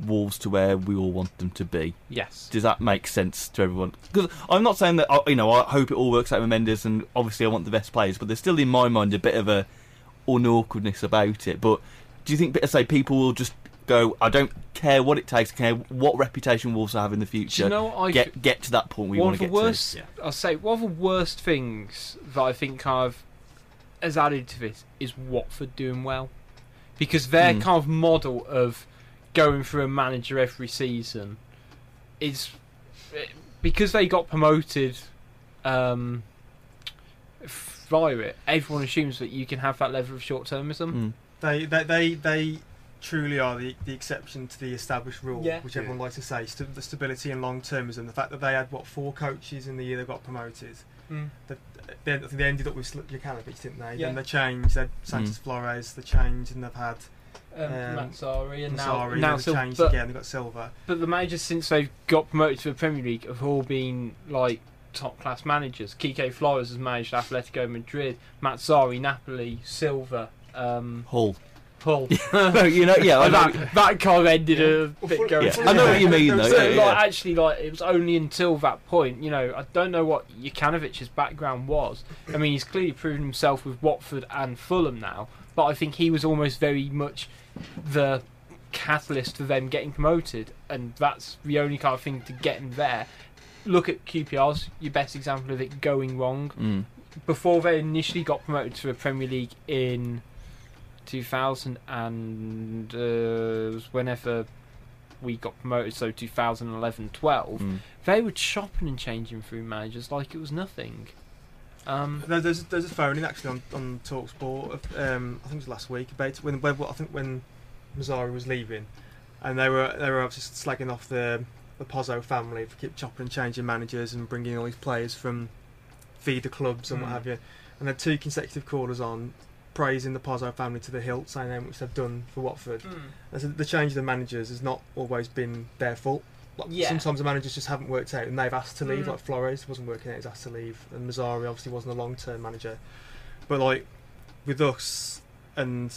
Wolves to where we all want them to be? Yes. Does that make sense to everyone? Because I'm not saying that I- you know I hope it all works out with Mendes and obviously I want the best players, but there's still in my mind a bit of a unawkwardness about it. But do you think say people will just go? I don't care what it takes. I care what reputation Wolves have in the future Do you know what I get get to that point where you one want of to the get worst, to. I'll say, one of the worst things that I think kind of has added to this is Watford doing well, because their Mm. kind of model of going for a manager every season is because they got promoted um, via it. Everyone assumes that you can have that level of short-termism. Mm. They, they, they, they truly are the, the exception to the established rule, Yeah. which Yeah. everyone likes to say. St- the stability and long termism. The fact that they had what four coaches in the year they got promoted. Hmm. They, they, I think they ended up with Jokanovic, didn't they? Yeah. Then they changed. They had Sanchez Flores. They changed, and they've had Um, Um, Matsari and now, Mazzari. now Then they Sil- changed but- again. They got Silva. But the managers since they've got promoted to the Premier League have all been like top class managers. Kike Flores has managed Atletico Madrid, Mazzari, Napoli, Silva, um, Hull. Paul. no, you know, [laughs] [laughs] yeah, I know. that, that kind of ended a bit going. Yeah, I know what you mean though. So, Yeah, yeah. like, actually, like it was only until that point, you know, I don't know what Jukanovic's background was. I mean, he's clearly proven himself with Watford and Fulham now, but I think he was almost very much the catalyst for them getting promoted, and that's the only kind of thing to get them there. Look at QPR's your best example of it going wrong Mm. before they initially got promoted to the Premier League in 2000 and uh, was whenever we got promoted, so 2011 12, Mm. they were chopping and changing through managers like it was nothing. Um, There- There's there's a phone in actually on on Talksport. of, Um, I think it was last week about when, when I think when Mazzari was leaving, and they were they were obviously slagging off the the Pozzo family for keep chopping and changing managers and bringing all these players from feeder clubs and what have you. And had two consecutive callers on praising the Pozzo family to the hilt, saying how much they've done for Watford. And so the change of the managers has not always been their fault. Like, Yeah. Sometimes the managers just haven't worked out and they've asked to leave. Mm. Like Flores wasn't working out, he's asked to leave. And Mazzari obviously wasn't a long term manager. But like with us and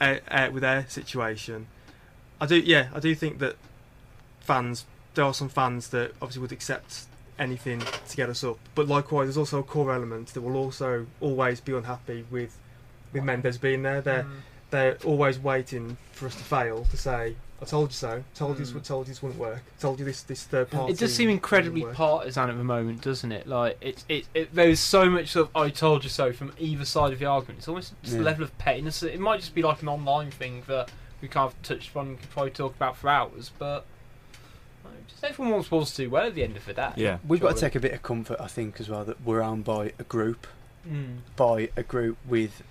out, out with their situation, I do, yeah, I do think that fans, there are some fans that obviously would accept anything to get us up. But likewise, there's also a core element that will also always be unhappy with with Mendes being there. They're Mm. they're always waiting for us to fail to say, "I told you so. Told you this. Mm. Told you this wouldn't work. Told you this this third party." It does seem incredibly wouldn't work." partisan at the moment, doesn't it? Like it's it, it there's so much sort of I told you so from either side of the argument. It's almost just the Yeah. level of pettiness. It might just be like an online thing that we kind of touched upon and could probably talk about for hours, but like, just everyone wants Wolves to do well at the end of the day. Yeah. We've got to surely. take a bit of comfort, I think, as well, that we're owned by a group, [laughs] Mm. by a group with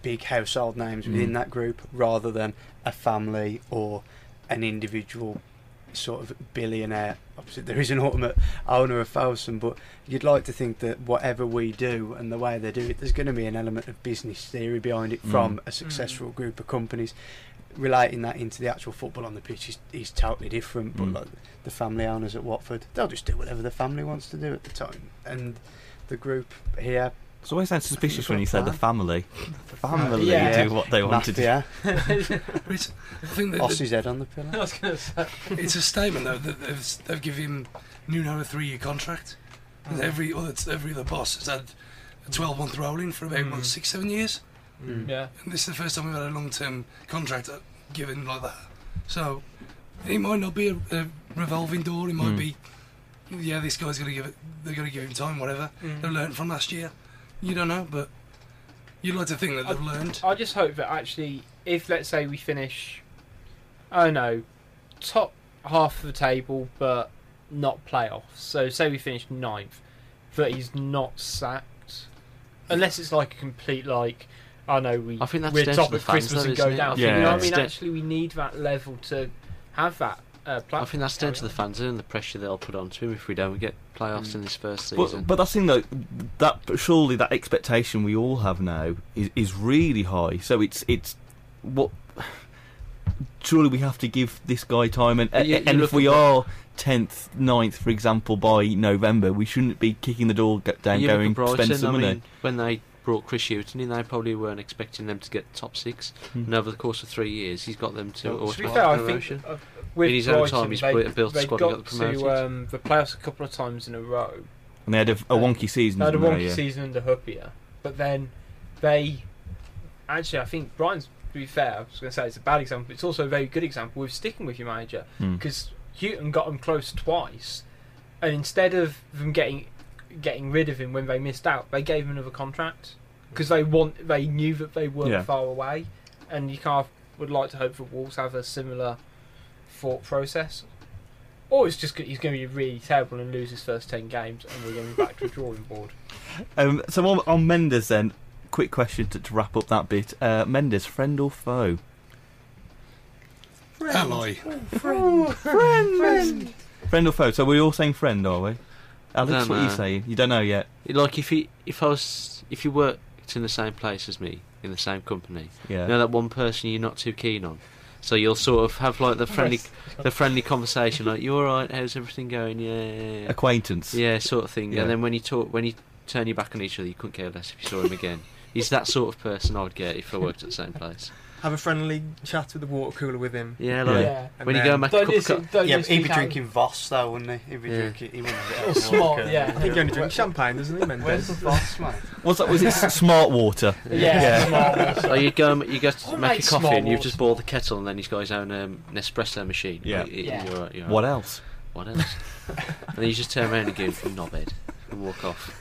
big household names within Mm. that group, rather than a family or an individual sort of billionaire. Obviously, there is an ultimate owner of Folsom, but you'd like to think that whatever we do and the way they do it, there's going to be an element of business theory behind it from Mm. a successful group of companies. Relating that into the actual football on the pitch is, is totally different. But Mm. like the family owners at Watford, they'll just do whatever the family wants to do at the time. And the group here, It's always sounds suspicious We've when got you say the plan. family. The Uh, family Yeah. do what they want to do. mafia, It's, I think that Ossy's head on [laughs] the pillow. was gonna say. it's a statement though that they've, they've given him Nuno a three-year contract. Oh. And every other every other boss has had a 12-month rolling for about Mm. what, six, seven years. Yeah. And this is the first time we've had a long-term contract uh, given like that. So it might not be a, a revolving door. It might Mm. be, yeah, this guy's going to give it. They're going to give him time, whatever. Hmm. They've learned from last year. You don't know, but you'd like to think that they've learned. I just hope that actually, if let's say we finish, I don't know, top half of the table, but not playoffs. So say we finish ninth, that he's not sacked, unless it's like a complete like. I know we. I think that's we're dead top to the of Christmas fans, though, and go isn't it? I down. think you know what I that's mean? dead- Actually, we need that level to have that uh, platform. I think that's down to the carry fans and the pressure they'll put onto him if we don't get playoffs Mm. in this first season. But, but that's the thing though, that surely that expectation we all have now is, is really high. So it's it's what surely we have to give this guy time. And But you- and you if look we at the- are tenth, 9th, for example, by November, we shouldn't be kicking the door g- down, You look going at Brighton, spend some I money. mean, when they brought Chris Hughton in, they probably weren't expecting them to get top six. Hmm. And over the course of three years, he's got them to Well, To be automatic fair, I promotion. think uh, with In his own Brighton, time, he's they, built- built a they squad and got got promoted. to um, the playoffs a couple of times in a row. And they had a, uh, a wonky season. They had a didn't wonky yeah. season under Huppier, but then they actually, I think Brighton's. To be fair, I was going to say it's a bad example, but it's also a very good example with sticking with your manager Hmm. because Houghton got them close twice, and instead of them getting getting rid of him when they missed out, they gave him another contract because they want they knew that they weren't Yeah. far away, and you kind of would like to hope that Wolves have a similar thought process. Or it's just go- he's going to be really terrible and lose his first ten games, and we're going to be back to a drawing board. Um, so on, on Mendes then, quick question to, to wrap up that bit. Uh, Mendes, friend or foe? Ally. Friend or foe? So we're all saying friend, are we? Alex, No, what are you no. saying? You don't know yet. Like if he, if I was, if you worked in the same place as me, in the same company, Yeah. you know that one person you're not too keen on. So you'll sort of have like the friendly, the friendly conversation, like you all right? How's everything going? Yeah, yeah, yeah. Acquaintance. yeah, sort of thing. Yeah. And then when you talk, when you turn your back on each other, you couldn't care less if you saw him again. He's that sort of person I'd get if I worked at the same place. Have a friendly chat with the water cooler with him. Yeah, Yeah. like and when you then- go and make a Don't cup of listen, co- don't Yeah, but listen he'd be to Cal- drinking Voss though, wouldn't he? He'd be Yeah. drinking. He wouldn't Or be smart, yeah. I think he only drinks champagne, doesn't he, Where's Mendes? the Voss, mate? What's that? Was [laughs] it s- smart water? Yeah. [laughs] So Oh, you go, and you go to Or make make a coffee, and you've s'mores. just boiled the kettle, and then he's got his own um, Nespresso machine. Yeah. Like, Yeah. You're right, you're What right. else? What else? and then you just turn around and go, knobhead, and walk off.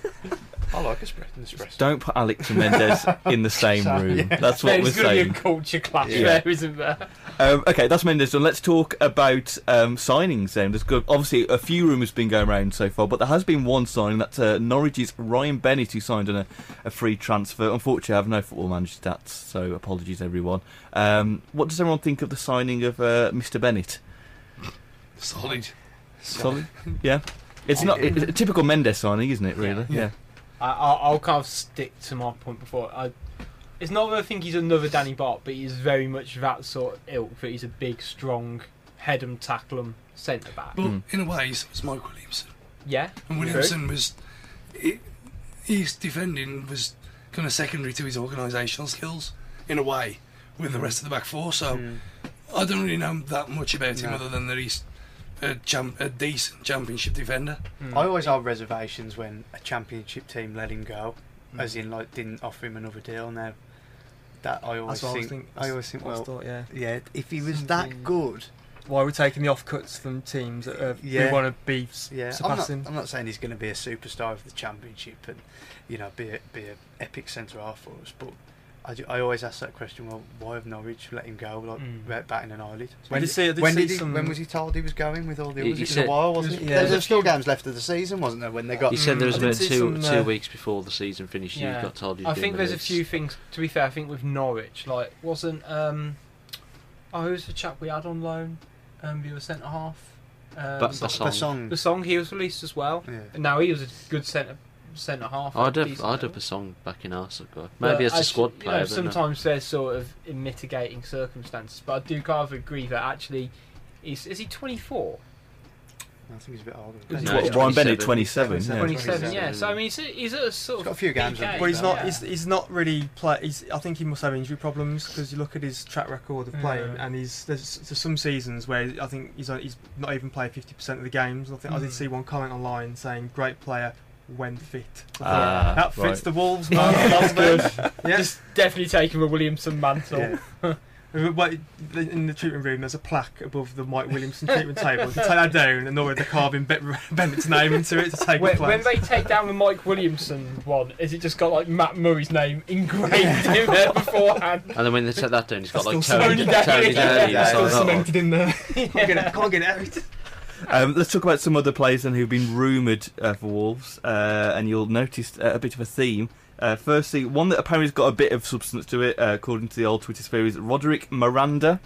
I like espresso. espresso. Don't put Alex and Mendes in [laughs] the same room. That's what we're There's going to be saying. a culture clash Yeah. there, isn't there? Um, okay, that's Mendes. So let's talk about um, signings then. There's good, obviously a few rumours been going around so far, but there has been one signing. That's uh, Norwich's Ryan Bennett, who signed on a, a free transfer. Unfortunately, I have no football manager stats, so apologies everyone. Um, what does everyone think of the signing of uh, Mr. Bennett? Solid. Solid, yeah. It's not it's a typical Mendes signing, isn't it? Really, yeah. I, I'll, I'll kind of stick to my point before. I, it's not that I think he's another Danny Bart, but he's very much that sort of ilk. That he's a big, strong, head 'em, tackle 'em centre back. But in a way, so was Mike Williamson. Yeah, And Williamson was, he, his defending was kind of secondary to his organisational skills in a way with the rest of the back four. So Mm-hmm. I don't really know that much about him other than that he's a, champ, a decent championship defender. Hmm. I always had reservations when a championship team let him go, as in like didn't offer him another deal. Now that I always That's what I was think, thinking. I always think, what I well, thought, yeah. yeah, if he was that good, Why we're taking the offcuts from teams that uh, Yeah. we want to be s- yeah. I'm not, surpassing. I'm not saying he's going to be a superstar of the championship and you know be a, be an epic centre half for us, but. I, ju- I always ask that question. Well, why have Norwich let him go? Like Mm. without batting an eyelid. I did see- I did when he, see some- when was he told he was going with all the He- others? he It was said- a while, wasn't it? Yeah. there was still games left of the season, wasn't there? When they got He said there was I did about see two some, two uh, weeks before the season finished. Yeah. You got told you. I think there's a few things. To be fair, I think with Norwich, like wasn't um, oh, who was the chap we had on loan? Um, he was centre half. Um, But that's the song. the song he was released as well. Yeah. And now he was a good centre centre half. I'd have, decent I'd have level. a song back in Arsenal. But Maybe as I a s- squad you player, know, but no. sometimes there's sort of in mitigating circumstances, but I do kind of agree that actually, he's, is he 24? I think he's a bit older. No, No, he's he's Ryan Bennett, 27. 27. yeah. 27, yeah. 27. So I mean, he's, he's at a sort He's of got a few peak games, hasn't he? age, But he's not. yeah. [laughs] He's, he's not really play. He's, I think he must have injury problems because you look at his track record of playing, Yeah. and he's there's, there's some seasons where I think he's on- he's not even played fifty percent of the games. I think I Mm. did see one comment online saying, "Great player when fit." I thought, Ah, that fits right. the [laughs] Wolves. [laughs] Man. That's good. Yes. Just definitely taking the Williamson mantle. Yeah. [laughs] in the treatment room, there's a plaque above the Mike Williamson treatment table. If you take that down, and already they're carving Ben- [laughs] Bennett's name into it to take When, the when place. they take down the Mike Williamson one, is it just got like Matt Murray's name [laughs] engraved in there beforehand? And then when they set that down, he's got like still Tony, Tony Daly. [laughs] Tony Daly. Yeah, it's still like that one. cemented in there. can't, get it, can't get it out. Um, let's talk about some other players then who've been rumoured uh, for Wolves, uh, and you'll notice uh, a bit of a theme. Uh, firstly, one that apparently has got a bit of substance to it, uh, according to the old Twitter sphere, is Roderick Miranda,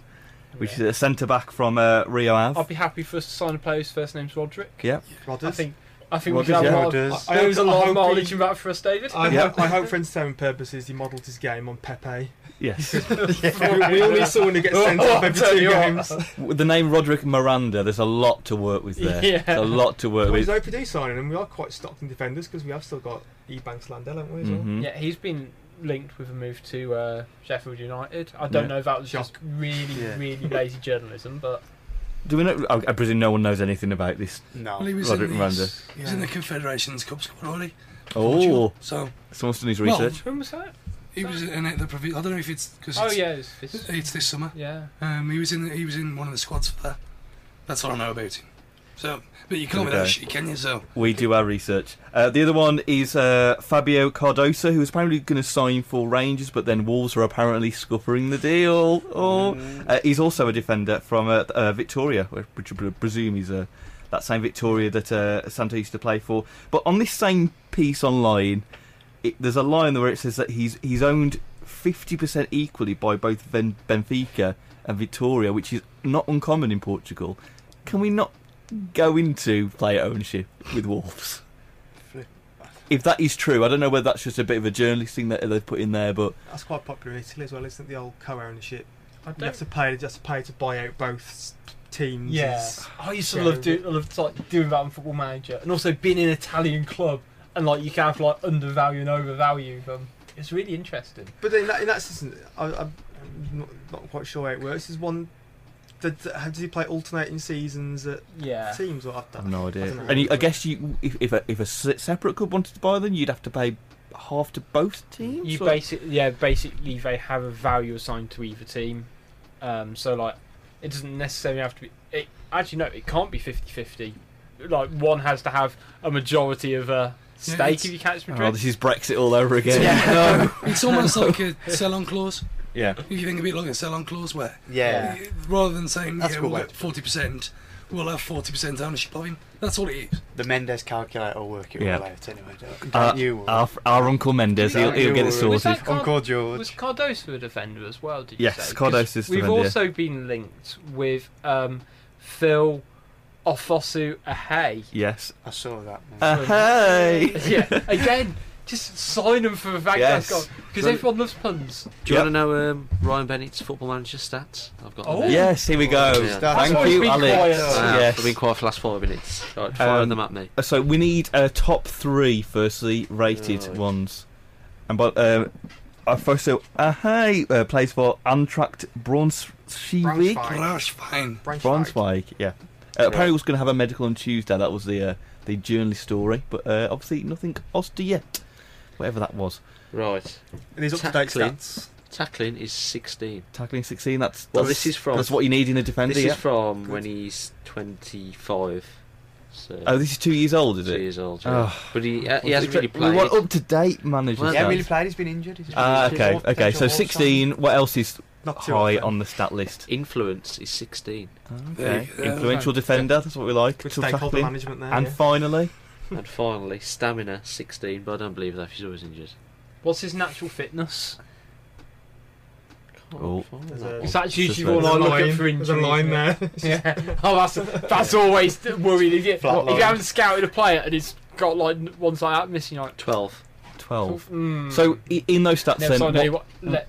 which is a centre back from uh, Rio I'd Ave. be happy for us to sign a player whose first name's Roderick. Yeah, I Rodders. think I think Rodgers, we yeah. can have Rodgers. a lot. There was a I lot of hope mileage he- in that for us, David. I, Yeah. hope, I hope [laughs] for entertainment purposes he modelled his game on Pepe. yes. [laughs] we all need someone who gets sent [laughs] off every Oh, Tell two you what. games. With the name Roderick Miranda, there's a lot to work with there. Yeah. There's a lot to work Well, with. he's OPD signing, and we are quite stocked in defenders because we have still got Ebanks Landell, haven't we? As well? Mhm. Yeah, he's been linked with a move to uh, Sheffield United. I don't Yeah. know if that was Shock. just really, Yeah. really lazy journalism, but Do we know? I, I presume no one knows anything about this. No. Well, he was, in, Roderick the- Miranda. he was in the Confederations Cup squad already. Oh, So someone's done his Well, research. when was that? he was in it. The provi- I don't know if it's because Oh it's, yeah, it's, it's, it's this summer. yeah. Um, he was in he was in one of the squads for that. That's all I know about him. So, but you can't be that Okay. shit, can you? So We do our research. Uh, the other one is uh, Fabio Cardosa, who was apparently going to sign for Rangers, but then Wolves were apparently scuppering the deal. Oh, Mm. uh, he's also a defender from uh, uh, Victoria, which I pre- presume is uh, that same Victoria that uh, Santo used to play for. But on this same piece online, it, there's a line where it says that he's he's owned 50% equally by both ben, Benfica and Victoria, which is not uncommon in Portugal. Can we not go into player ownership with Wolves? If that is true, I don't know whether that's just a bit of a journalist thing that they've put in there, but That's quite popular in Italy as well, isn't it? The old co-ownership. I You have don't. to pay. You have to pay to buy out both s- teams. Yeah, It's- I used to love do, I loved like doing that on Football Manager, and also being in an Italian club, and like you can have like undervalue and overvalue them. It's really interesting. But in that, in that sense, I, I'm not, not quite sure how it works. Is one. Did, how did he play alternating seasons at Yeah, teams or I I've have no idea. don't know. And you, I guess you, if, if, a, if a se- separate club wanted to buy them, you'd have to pay half to both teams. you or- basically yeah basically they have a value assigned to either team, um, so like it doesn't necessarily have to be. It, actually, no, it can't be 50-50. Like one has to have a majority of a stake Yeah, it's- if you catch my Oh, this is Brexit all over again. it's almost like a sell-on clause. [laughs] Yeah. If you think of it like a sell-on clause, where Yeah. uh, rather than saying That's yeah, a good we'll way get forty percent, we'll have forty percent ownership of him. That's all it is. The Mendes calculator will work it Yeah. all out anyway. Don't, Uh, don't you? Will. our, our Uncle Mendes, he'll, Don't he'll get it you worry. Was sorted. that Car- Uncle George. was Cardoso a defender as well? Did you Yes, say? 'Cause Cardoso's We've defender, yeah. also been linked with um, Phil Ofosu Ahay. Yes. I saw that. Man. Uh, hey! [laughs] yeah, again, Just sign him for Van Yes. Because everyone loves puns. Do you Yep. want to know um, Ryan Bennett's football manager stats? I've got them Oh. there. Yes, here we go. Yeah. That's why Thank it's you, been Alex. quiet. Ah, Yes. I've been quiet for the last five minutes. Right, fire Um, them at me. Uh, So we need uh, top three, firstly, rated Right. ones. And but um, I first so uh, hey, uh, plays for Antract Braunschweig. Well, that's fine. Braunschweig, yeah. Uh, Apparently, was going to have a medical on Tuesday. That was the uh, the journalist story, but uh, obviously nothing Oster yet. Whatever that was, Right, And he's up to date Tackling. stats. tackling is 16. tackling sixteen. That's Well, that's- this is from- that's what you need in a defender. This is yeah. from when he's 25. So oh, this is two years old, is two it? years old. yeah. Oh. But he, he hasn't really We played. want up to date managers. Well, Yeah, Okay. really played. He's been injured. He's Ah, been okay, injured. okay. So Potential war sixteen. What else is Not too high often. on the stat list? Influence is 16. There you go. Influential defender, that's what we like. Good Till stakeholder tackling. management there. And yeah. finally, and finally, stamina 16, but I don't believe that. He's always injured. What's his natural fitness? Can't Oh. find There's that a- one. It's actually Just usually all I There's a look line- at for injuries. There's a line isn't it? [laughs] there. [laughs] Yeah. Oh, that's that's always the worry. If you, Flat if line. you haven't scouted a player and it's got like n- ones like that missing, you're like 12. twelve. mm, Oh. So i- in those stats, never then signed what- Hmm. anyone. Let,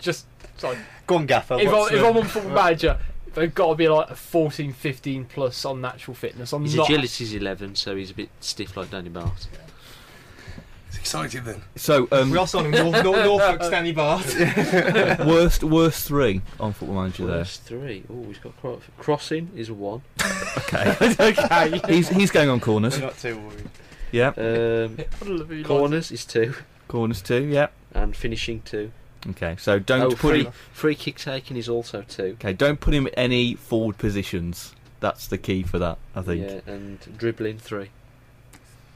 just sorry. signing. Go on, Gaffer. if, what's I, if the- I'm on football manager, they've got to be like a 14, 15 plus on natural fitness. I'm His not. agility's 11, so he's a bit stiff like Danny Bart. He's excited then. so We um, [laughs] are signing North, [laughs] North, Norfolk Stanley Bart. worst worst three on Football Manager there. Plus 3. Oh, he's got quite a few. Crossing is 1. [laughs] [laughs] okay. He's he's going on corners. We're not too worried. Yeah, Um, corners is 2. corners too. Yeah. And finishing 2. Okay, so Oh, don't put free, him. free kick taking is also 2. Okay, don't put him in any forward positions. That's the key for that, I think. Yeah, and dribbling 3.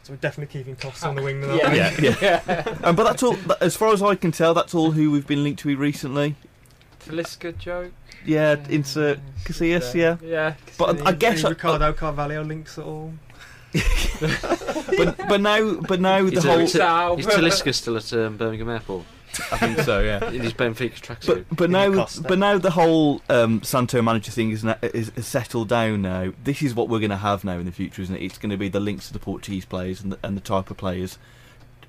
So we're definitely keeping costs on the wing. now. Yeah. yeah. [laughs] yeah. Um, but that's all. that- As far as I can tell, that's all who we've been linked to recently. Taliska joke. Yeah, insert Casillas. Yeah. Yeah. But I Any- guess any Ricardo Carvalho links at all. But but now but now the Is there- whole. is Oh, Is Taliska still at um, Birmingham Airport? I think so. Yeah. In his Benfica tracksuit? But but In the now cost, but now the whole um, Santo manager thing is, na- is is settled down now. This is what we're going to have now in the future, isn't it? It's going to be the links to the Portuguese players and the, and the type of players.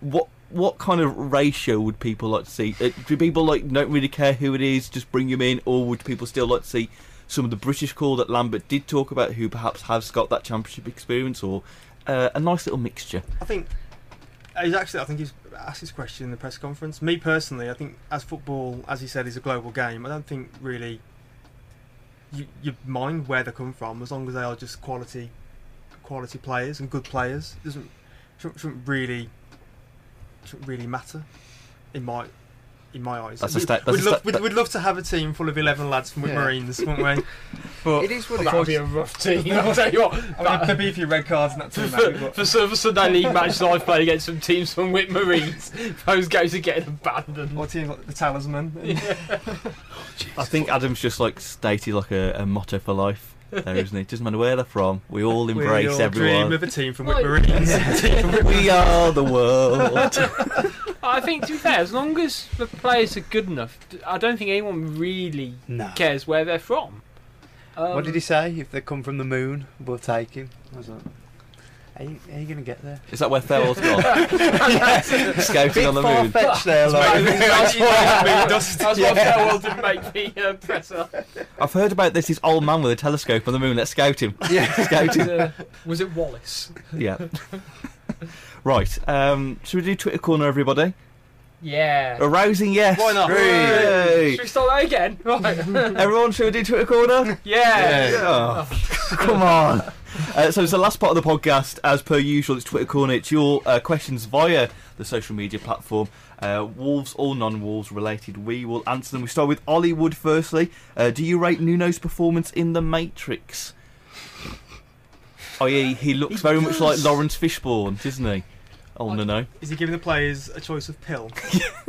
What what kind of ratio would people like to see? Uh, do people like don't really care who it is, just bring them in, or would people still like to see some of the British call that Lambert did talk about, who perhaps has got that championship experience, or uh, a nice little mixture? I think he's actually. I think he's asked this question in the press conference. Me personally, I think as football, as he said, is a global game. I don't think really you, you mind where they come from as long as they are just quality, quality players and good players. It doesn't shouldn't, shouldn't really shouldn't really matter in my in my eyes. That's a we, sta- that's we'd, a love, sta- we'd, we'd love to have a team full of eleven lads from Yeah. Marines, wouldn't we? But It is what That'd it be is. a rough team. [laughs] I'll tell you what. I mean, there'd be a few red cards in that [laughs] For, team. for, for some Sunday League matches I've played against some teams from Whit Marines, [laughs] those guys are getting abandoned. Or teams like the Talisman. I think Adam's just like stated like a, a motto for life. There isn't it? Doesn't matter where they're from. We all embrace we all everyone. Dream of a team from Like- Whit Marines. [laughs] Team from Whit- [laughs] we are the world. I think, to be fair, as long as the players are good enough, d- I don't think anyone really No. cares where they're from. Um, What did he say? If they come from the moon, we'll take him. I was like, are you, are you going to get [laughs] there? Is that where Thor's gone? Scouting on the moon. fetched there, That's like. why that's why Farewell didn't make the uh, presser. I've heard about this. This old man with a telescope on the moon. Let's scout him. Yeah. [laughs] scout him. Uh, [laughs] was it Wallace? Yeah. right. Um, should we do Twitter corner, everybody? Oh, Yeah. Arousing, yes. Why not? Hooray. Should we start that again? [laughs] Right. Everyone, should we do Twitter corner? yeah. Oh, [laughs] come on. Uh, so it's the last part of the podcast. As per usual, it's Twitter Corner. It's your uh, questions via the social media platform. Uh, wolves or non-wolves related. We will answer them. We start with Ollie Wood firstly. Uh, do you rate Nuno's performance in The Matrix? I.e., he looks very much like Lawrence Fishburne, doesn't he? Oh, no, no. Is he giving the players a choice of pill?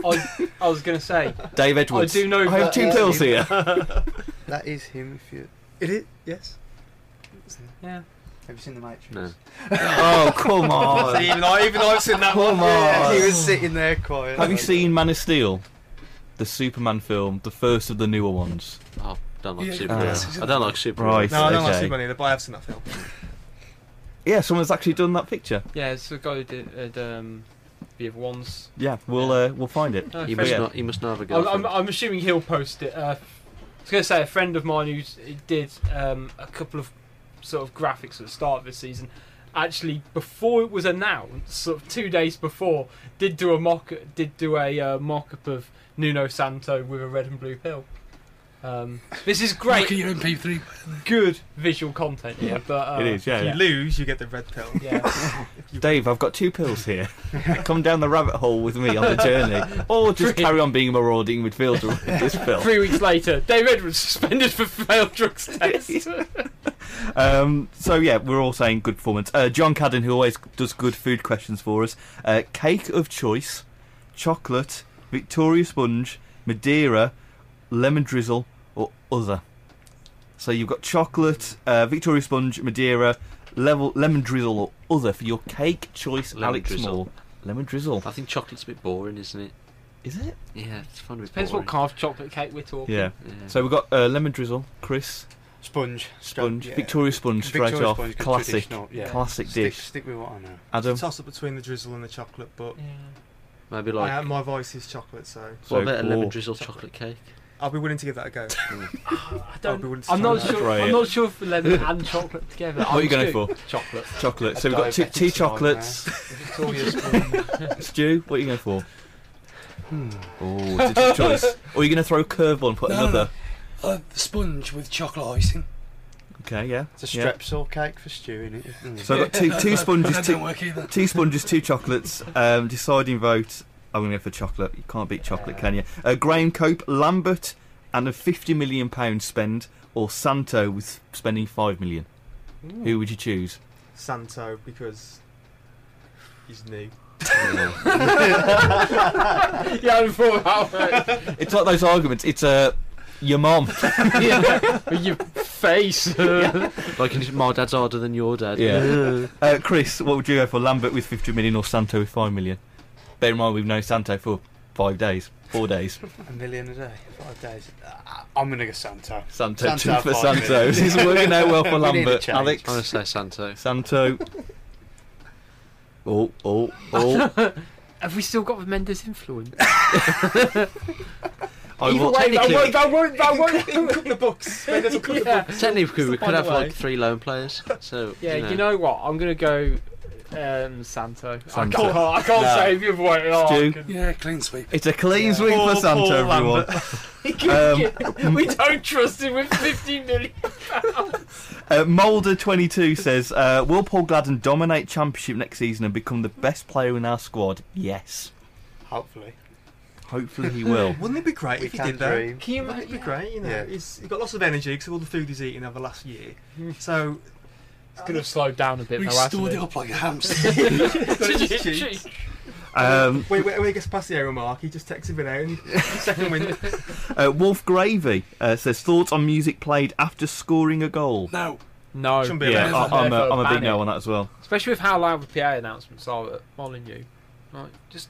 I, I was going to say, Dave Edwards. do know I have that- two pills here. That is him if you. It is. Yes. yeah. Have you seen The Matrix? No. oh, come on. even, I, even I've seen [laughs] that Come Yeah, on. he was sitting there quiet. Have you seen Man of Steel? The Superman film, the first of the newer ones. Oh, don't like Yeah, Superman. yeah. I don't like Superman. Right. No, I don't like Okay. Super either, but I have seen that film. Yeah, someone's actually done that picture. Yeah, it's the guy who did, did um, the other ones. Yeah, we'll uh, we'll find [laughs] it. No, He fair must yeah. not. He must not have a I'm, girlfriend. I'm, I'm assuming he'll post it. Uh, I was going to say a friend of mine who did um, a couple of sort of graphics at the start of this season. Actually, before it was announced, sort of two days before, did do a mock did do a uh, mock up of Nuno Santo with a red and blue pill. Um, this is Look at great, your MP3. good visual content. Yeah, but uh, It is, yeah. You lose, you get the red pill. [laughs] yeah. Dave, I've got two pills here. Come down the rabbit hole with me on the journey, or just carry on being a marauding midfielder with this pill. Three weeks later, Dave Edwards suspended for failed [laughs] drugs test. Um, so yeah, we're all saying good performance. Uh, John Cadden, who always does good food questions for us, uh, cake of choice, chocolate, Victoria sponge, Madeira, lemon drizzle, or other. So you've got chocolate, uh, Victoria sponge, Madeira, level lemon drizzle, or other for your cake choice. Lemon Alex drizzle. Small, lemon drizzle. I think chocolate's a bit boring, isn't it? Is it? Yeah, it's fun with Depends boring. what kind of chocolate cake we're talking. Yeah. Yeah. So we've got uh, lemon drizzle, Chris, Sponge. sponge, Yeah. Victoria sponge, straight Victoria off, sponge, good classic, traditional, yeah. classic Stick, dish. stick with what I know. Adam, Toss up between the drizzle and the chocolate, but Maybe I like am- my voice is chocolate, so what about a lemon oh. drizzle chocolate cake? I'll be willing to give that [laughs] a I go. I'll be don't. willing to I'm try not that. sure. Try I'm it. not sure if [laughs] lemon and chocolate together. What are you going for? Chocolate. Chocolate. A So we've got two, diabetic tea side chocolates. [laughs] Stew, what are you going for? Oh, it's a [laughs] tough choice. Or are you going to throw a curveball and put Hmm. No, no, another? I like the sponge with chocolate icing. Okay, yeah. It's a yeah. strepsil cake for stew in it. So I've got [laughs] two, two sponges, That don't two, work either. two sponges, two chocolates. Um, deciding vote. I'm going to go for chocolate. You can't beat chocolate, can you? Uh, Graham Cope, Lambert, and a 50 million pound spend, or Santo with spending 5 million. Who would you choose? [laughs] Santo because he's new. Yeah, I'm for that. it's like those arguments. It's uh, your mom. [laughs] Your [laughs] face. Like is my dad's harder than your dad. [laughs] Yeah. uh, Chris, what would you go for? Lambert with 50 million or Santo with 5 million? Bear in mind, we've known Santo for five days, four days. A million a day, five days. Uh, I'm going to go Santo. Santo, Santo two for five Santo. million. [laughs] This is working out well [laughs] We for need a Lambert. change. Alex? I'm gonna say Santo. [laughs] Santo. Oh, oh, oh. Have we still got the Mendes influence? I will- that won't. That won't. [laughs] That won't. the books. yeah. Technically, we It's the could have final like three lone players. So yeah, you know, you know what? I'm gonna go um, Santo. I Santo. can't. I can't No. say if you've won. Oh, Stu? [laughs] I could- Yeah, clean sweep. It's a clean sweep for Poor, Santo, poor everyone. Um, we don't trust him with 50 million. Uh, Mulder22 says, uh, Will Paul Gladden dominate Championship next season and become the best player in our squad? Yes. Hopefully. Hopefully [laughs] he will. Wouldn't it be Uh, great We if he can did that? dream. Can you Wouldn't it be great? You know, Yeah. he's, he's got lots of energy because of all the food he's eaten over the last year. So It's gonna have slowed down a bit. We though, stored hasn't it it? up like a hamster. [laughs] [laughs] Um, when, when when he gets past the aero mark, he just takes it out and [laughs] second win. Uh, Wolf Gravy uh, says thoughts on music played after scoring a goal. no, No, Shouldn't be Yeah, allowed. I, I'm, a, I'm a big Ban no it. on that as well. [laughs] Especially with how loud the PA announcements are at Molyneux. Like, just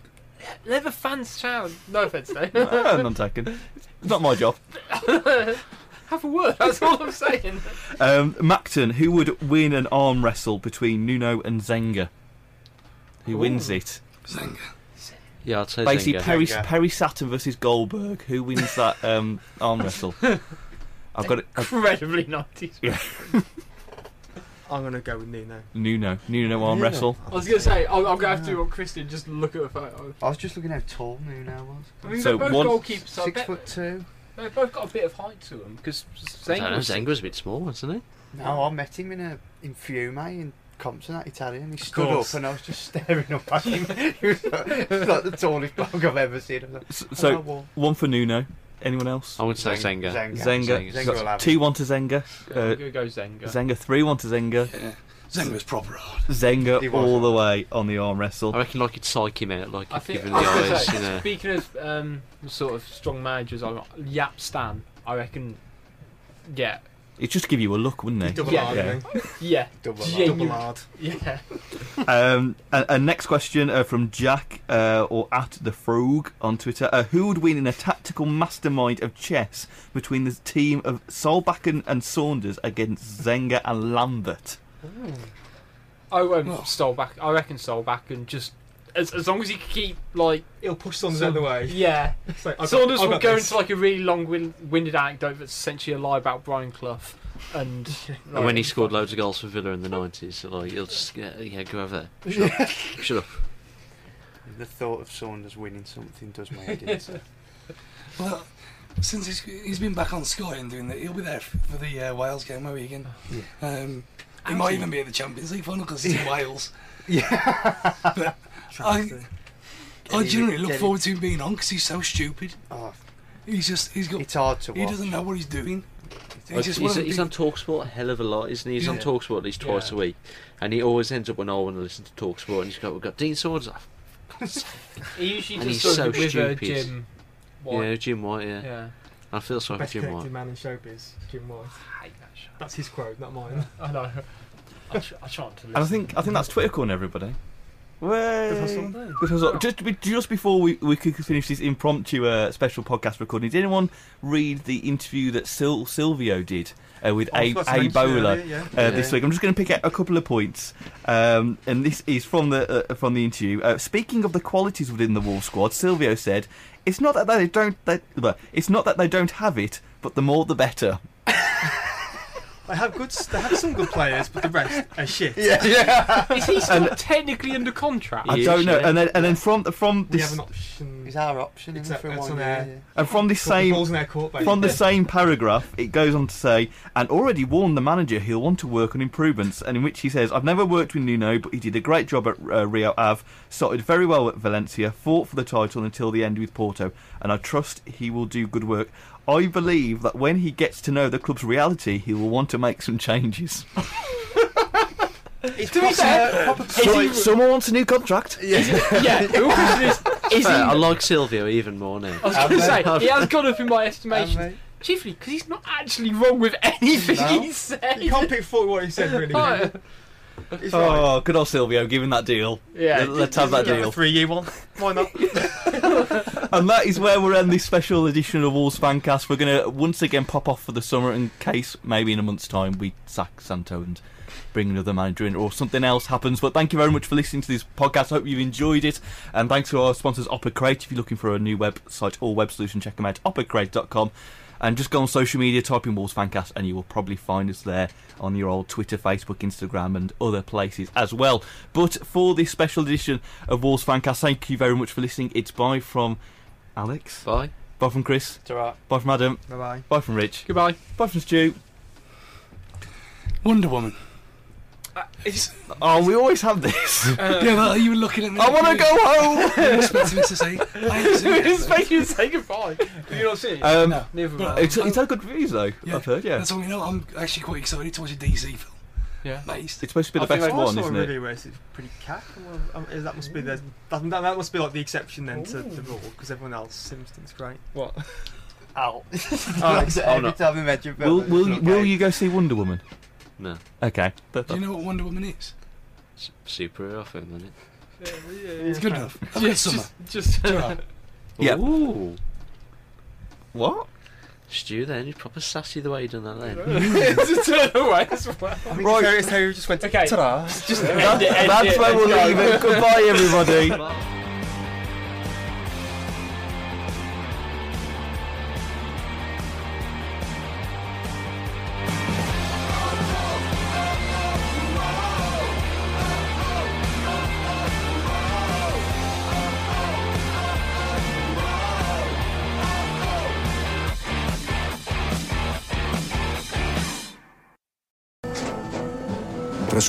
let the fans shout. No offence, Dave. Ah, None taken. It's not my job. [laughs] Have a word. That's all [laughs] I'm saying. Um, Macton, who would win an arm wrestle between Nuno and Zenga? Who wins it? Zenga. yeah, I'd say Basically, Zenga. Perry Zenga. Perry Saturn versus Goldberg. Who wins that um, [laughs] arm wrestle? I've got it. uh, Incredibly 90s. I'm gonna go with Nuno. Nuno. Nuno arm wrestle. I was going to say, I'm, I'm going to have to do what Christian, just look at the photo. I was just looking how tall Nuno was. I mean, So they're one- both goalkeepers, so I Six bet foot two. they've both got a bit of height to them because I don't know, Zenga's Zenga's a bit small, isn't he? No, I met him in a in Fiume in Compton at Italian. He stood up course. and I was just staring up at him. [laughs] he was like, he was like the tallest bloke I've ever seen. I was like, S- "Oh, So well, one for Nuno. Anyone else? I would say Oh, Zenga. Zenga. Zenga Got will have it. Two one to Zenga. I'm Uh, going to go Zenga. Zenga three one to Zenga. Yeah. Zenga's proper hard. He Zenga was all on. the way on the arm I wrestle. reckon like it'd psych him out, like I it'd think, give him I the was gonna eyes, say, you know. speaking of um, sort of strong managers, I'm Yap Stan. I reckon, yeah, It'd just give you a look, wouldn't it? Double Yeah. hard, Yeah. you know? yeah, Double Genu- hard. double hard. yeah. Um, and, and next question uh, from Jack uh, or at the Frog on Twitter: uh, Who would win in a tactical mastermind of chess between the team of Solbakken and Saunders against Zenga and Lambert? I um, Well. Oh. stole back. I reckon stole back and just as, as long as he can keep like He'll push Saunders So- out of the way. yeah, It's like, I've got- Saunders I've will got go this. into like a really long-winded anecdote that's essentially a lie about Brian Clough, and And when he scored [laughs] loads of goals for Villa in the 90s, so like, he'll just, yeah, yeah go over there. Shut up. Shut up. The thought of Saunders winning something does my head in. so. Well, since he's, he's been back on Sky and doing that, he'll be there f- for the uh, Wales game, won't he, again? Um, he might even be in the Champions League final because it's in Wales. Yeah. I, I Get him- generally look get him. forward to him being on because he's so stupid. Oh, He's just, he's got, it's hard to he watch. doesn't know what he's doing. He's, just one he's, of the he's big- on Talksport a hell of a lot, isn't he? He's on Yeah. Talksport at least twice Yeah. a week, and he always ends up when I want to listen to Talksport, and he's got we've got Dean Swords, off. [laughs] he usually And just he's does it so with a stupid. Jim. yeah, White. Jim White, yeah. yeah. I feel sorry for Best Jim connected White. man in showbiz, Jim White. I hate that [laughs] show. That's his quote, not mine. I know. I, tr- I try not to listen. And I think I think that's Twitter corner, everybody. Way. Good hustle. Good hustle. Just be- just before we, we could finish this impromptu uh, special podcast recording, did anyone read the interview that Sil- Silvio did uh, with I a, forgot to mention Bowler earlier, yeah. uh, this week. I'm just going to pick out a couple of points, um, and this is from the uh, from the interview. Uh, speaking of the qualities within the Wolves squad, Silvio said, "It's not that they don't that well, it's not that they don't have it, but the more the better." They have good. s- They have some good players, but the rest are [laughs] shit. Is he still technically under contract? I Yeah, don't know. sure. And then and then from the, from We have this an option. Is our option in It's a- for it's one on year? air. and from this the same balls in their court, basically. From the same paragraph, it goes on to say, and already warned the manager he'll want to work on improvements, and in which he says, I've never worked with Nuno, but he did a great job at uh, Rio Ave, started very well at Valencia, fought for the title until the end with Porto, and I trust he will do good work. I believe that when he gets to know the club's reality, he will want to make some [laughs] changes. It's To be proper- fair- proper Is he- Someone wants a new contract. [laughs] yeah, who is this? Is he? Fair, I I like Silvio even more now. was going to say Have- he has gone up in my Have estimation, they? chiefly because he's not actually wrong with [laughs] anything No. he said. You can't pick for what he said, really. Oh, It's right. Oh, good old Silvio, giving that deal. yeah, Let- Let's have that yeah. deal. Three year one. Why not? [laughs] And that is where we'll end this special edition of Wolves Fancast. We're going to once again pop off for the summer in case maybe in a month's time we sack Santo and bring another manager in or something else happens. But thank you very much for listening to this podcast. I hope you've enjoyed it. And thanks to our sponsors, Opera Crate. If you're looking for a new website or web solution, check them out, operacrate.com. And just go on social media, type in Wolves Fancast, and you will probably find us there on your old Twitter, Facebook, Instagram, and other places as well. But for this special edition of Wolves Fancast, thank you very much for listening. It's bye from Alex, Bye. bye from Chris, It's alright. bye from Adam, Bye bye. bye from Rich, Goodbye. [laughs] bye from Stu. Wonder Woman. Oh, we always have this. yeah, well, you were looking at me. Uh, I want to go [laughs] home. You were expecting me to say, [laughs] I ain't seen it. Just make you say goodbye. Have you not seen it? Um, No. Never but- mind. It's, it's had good reviews though. Yeah, I've heard. Yeah, That's all you know. I'm actually quite excited to watch a DC film. Yeah. Amazed. it's supposed to be the I think best I- I one, saw isn't a it? review where it's pretty cat. Well, um, that must be the that, that, that must be like the exception then to the rule because everyone else seems to think it's great. What? [laughs] Ow. Oh, Every no. time I mention Will Velvet, will it's you, will okay. you go see Wonder Woman? No. Okay. Do you know what Wonder Woman is? S- Superhero film, isn't it? It's good enough. I've got summer. Just uh, It's all right. [laughs] Yeah. Ooh. What? Stu then, he's proper sassy the way he done that then. just turn away as well. I think right. It's how you just went. Okay. Ta-da. Just end it. End That's it, where end we'll it. leave it. Goodbye, [laughs] everybody. [laughs] Tras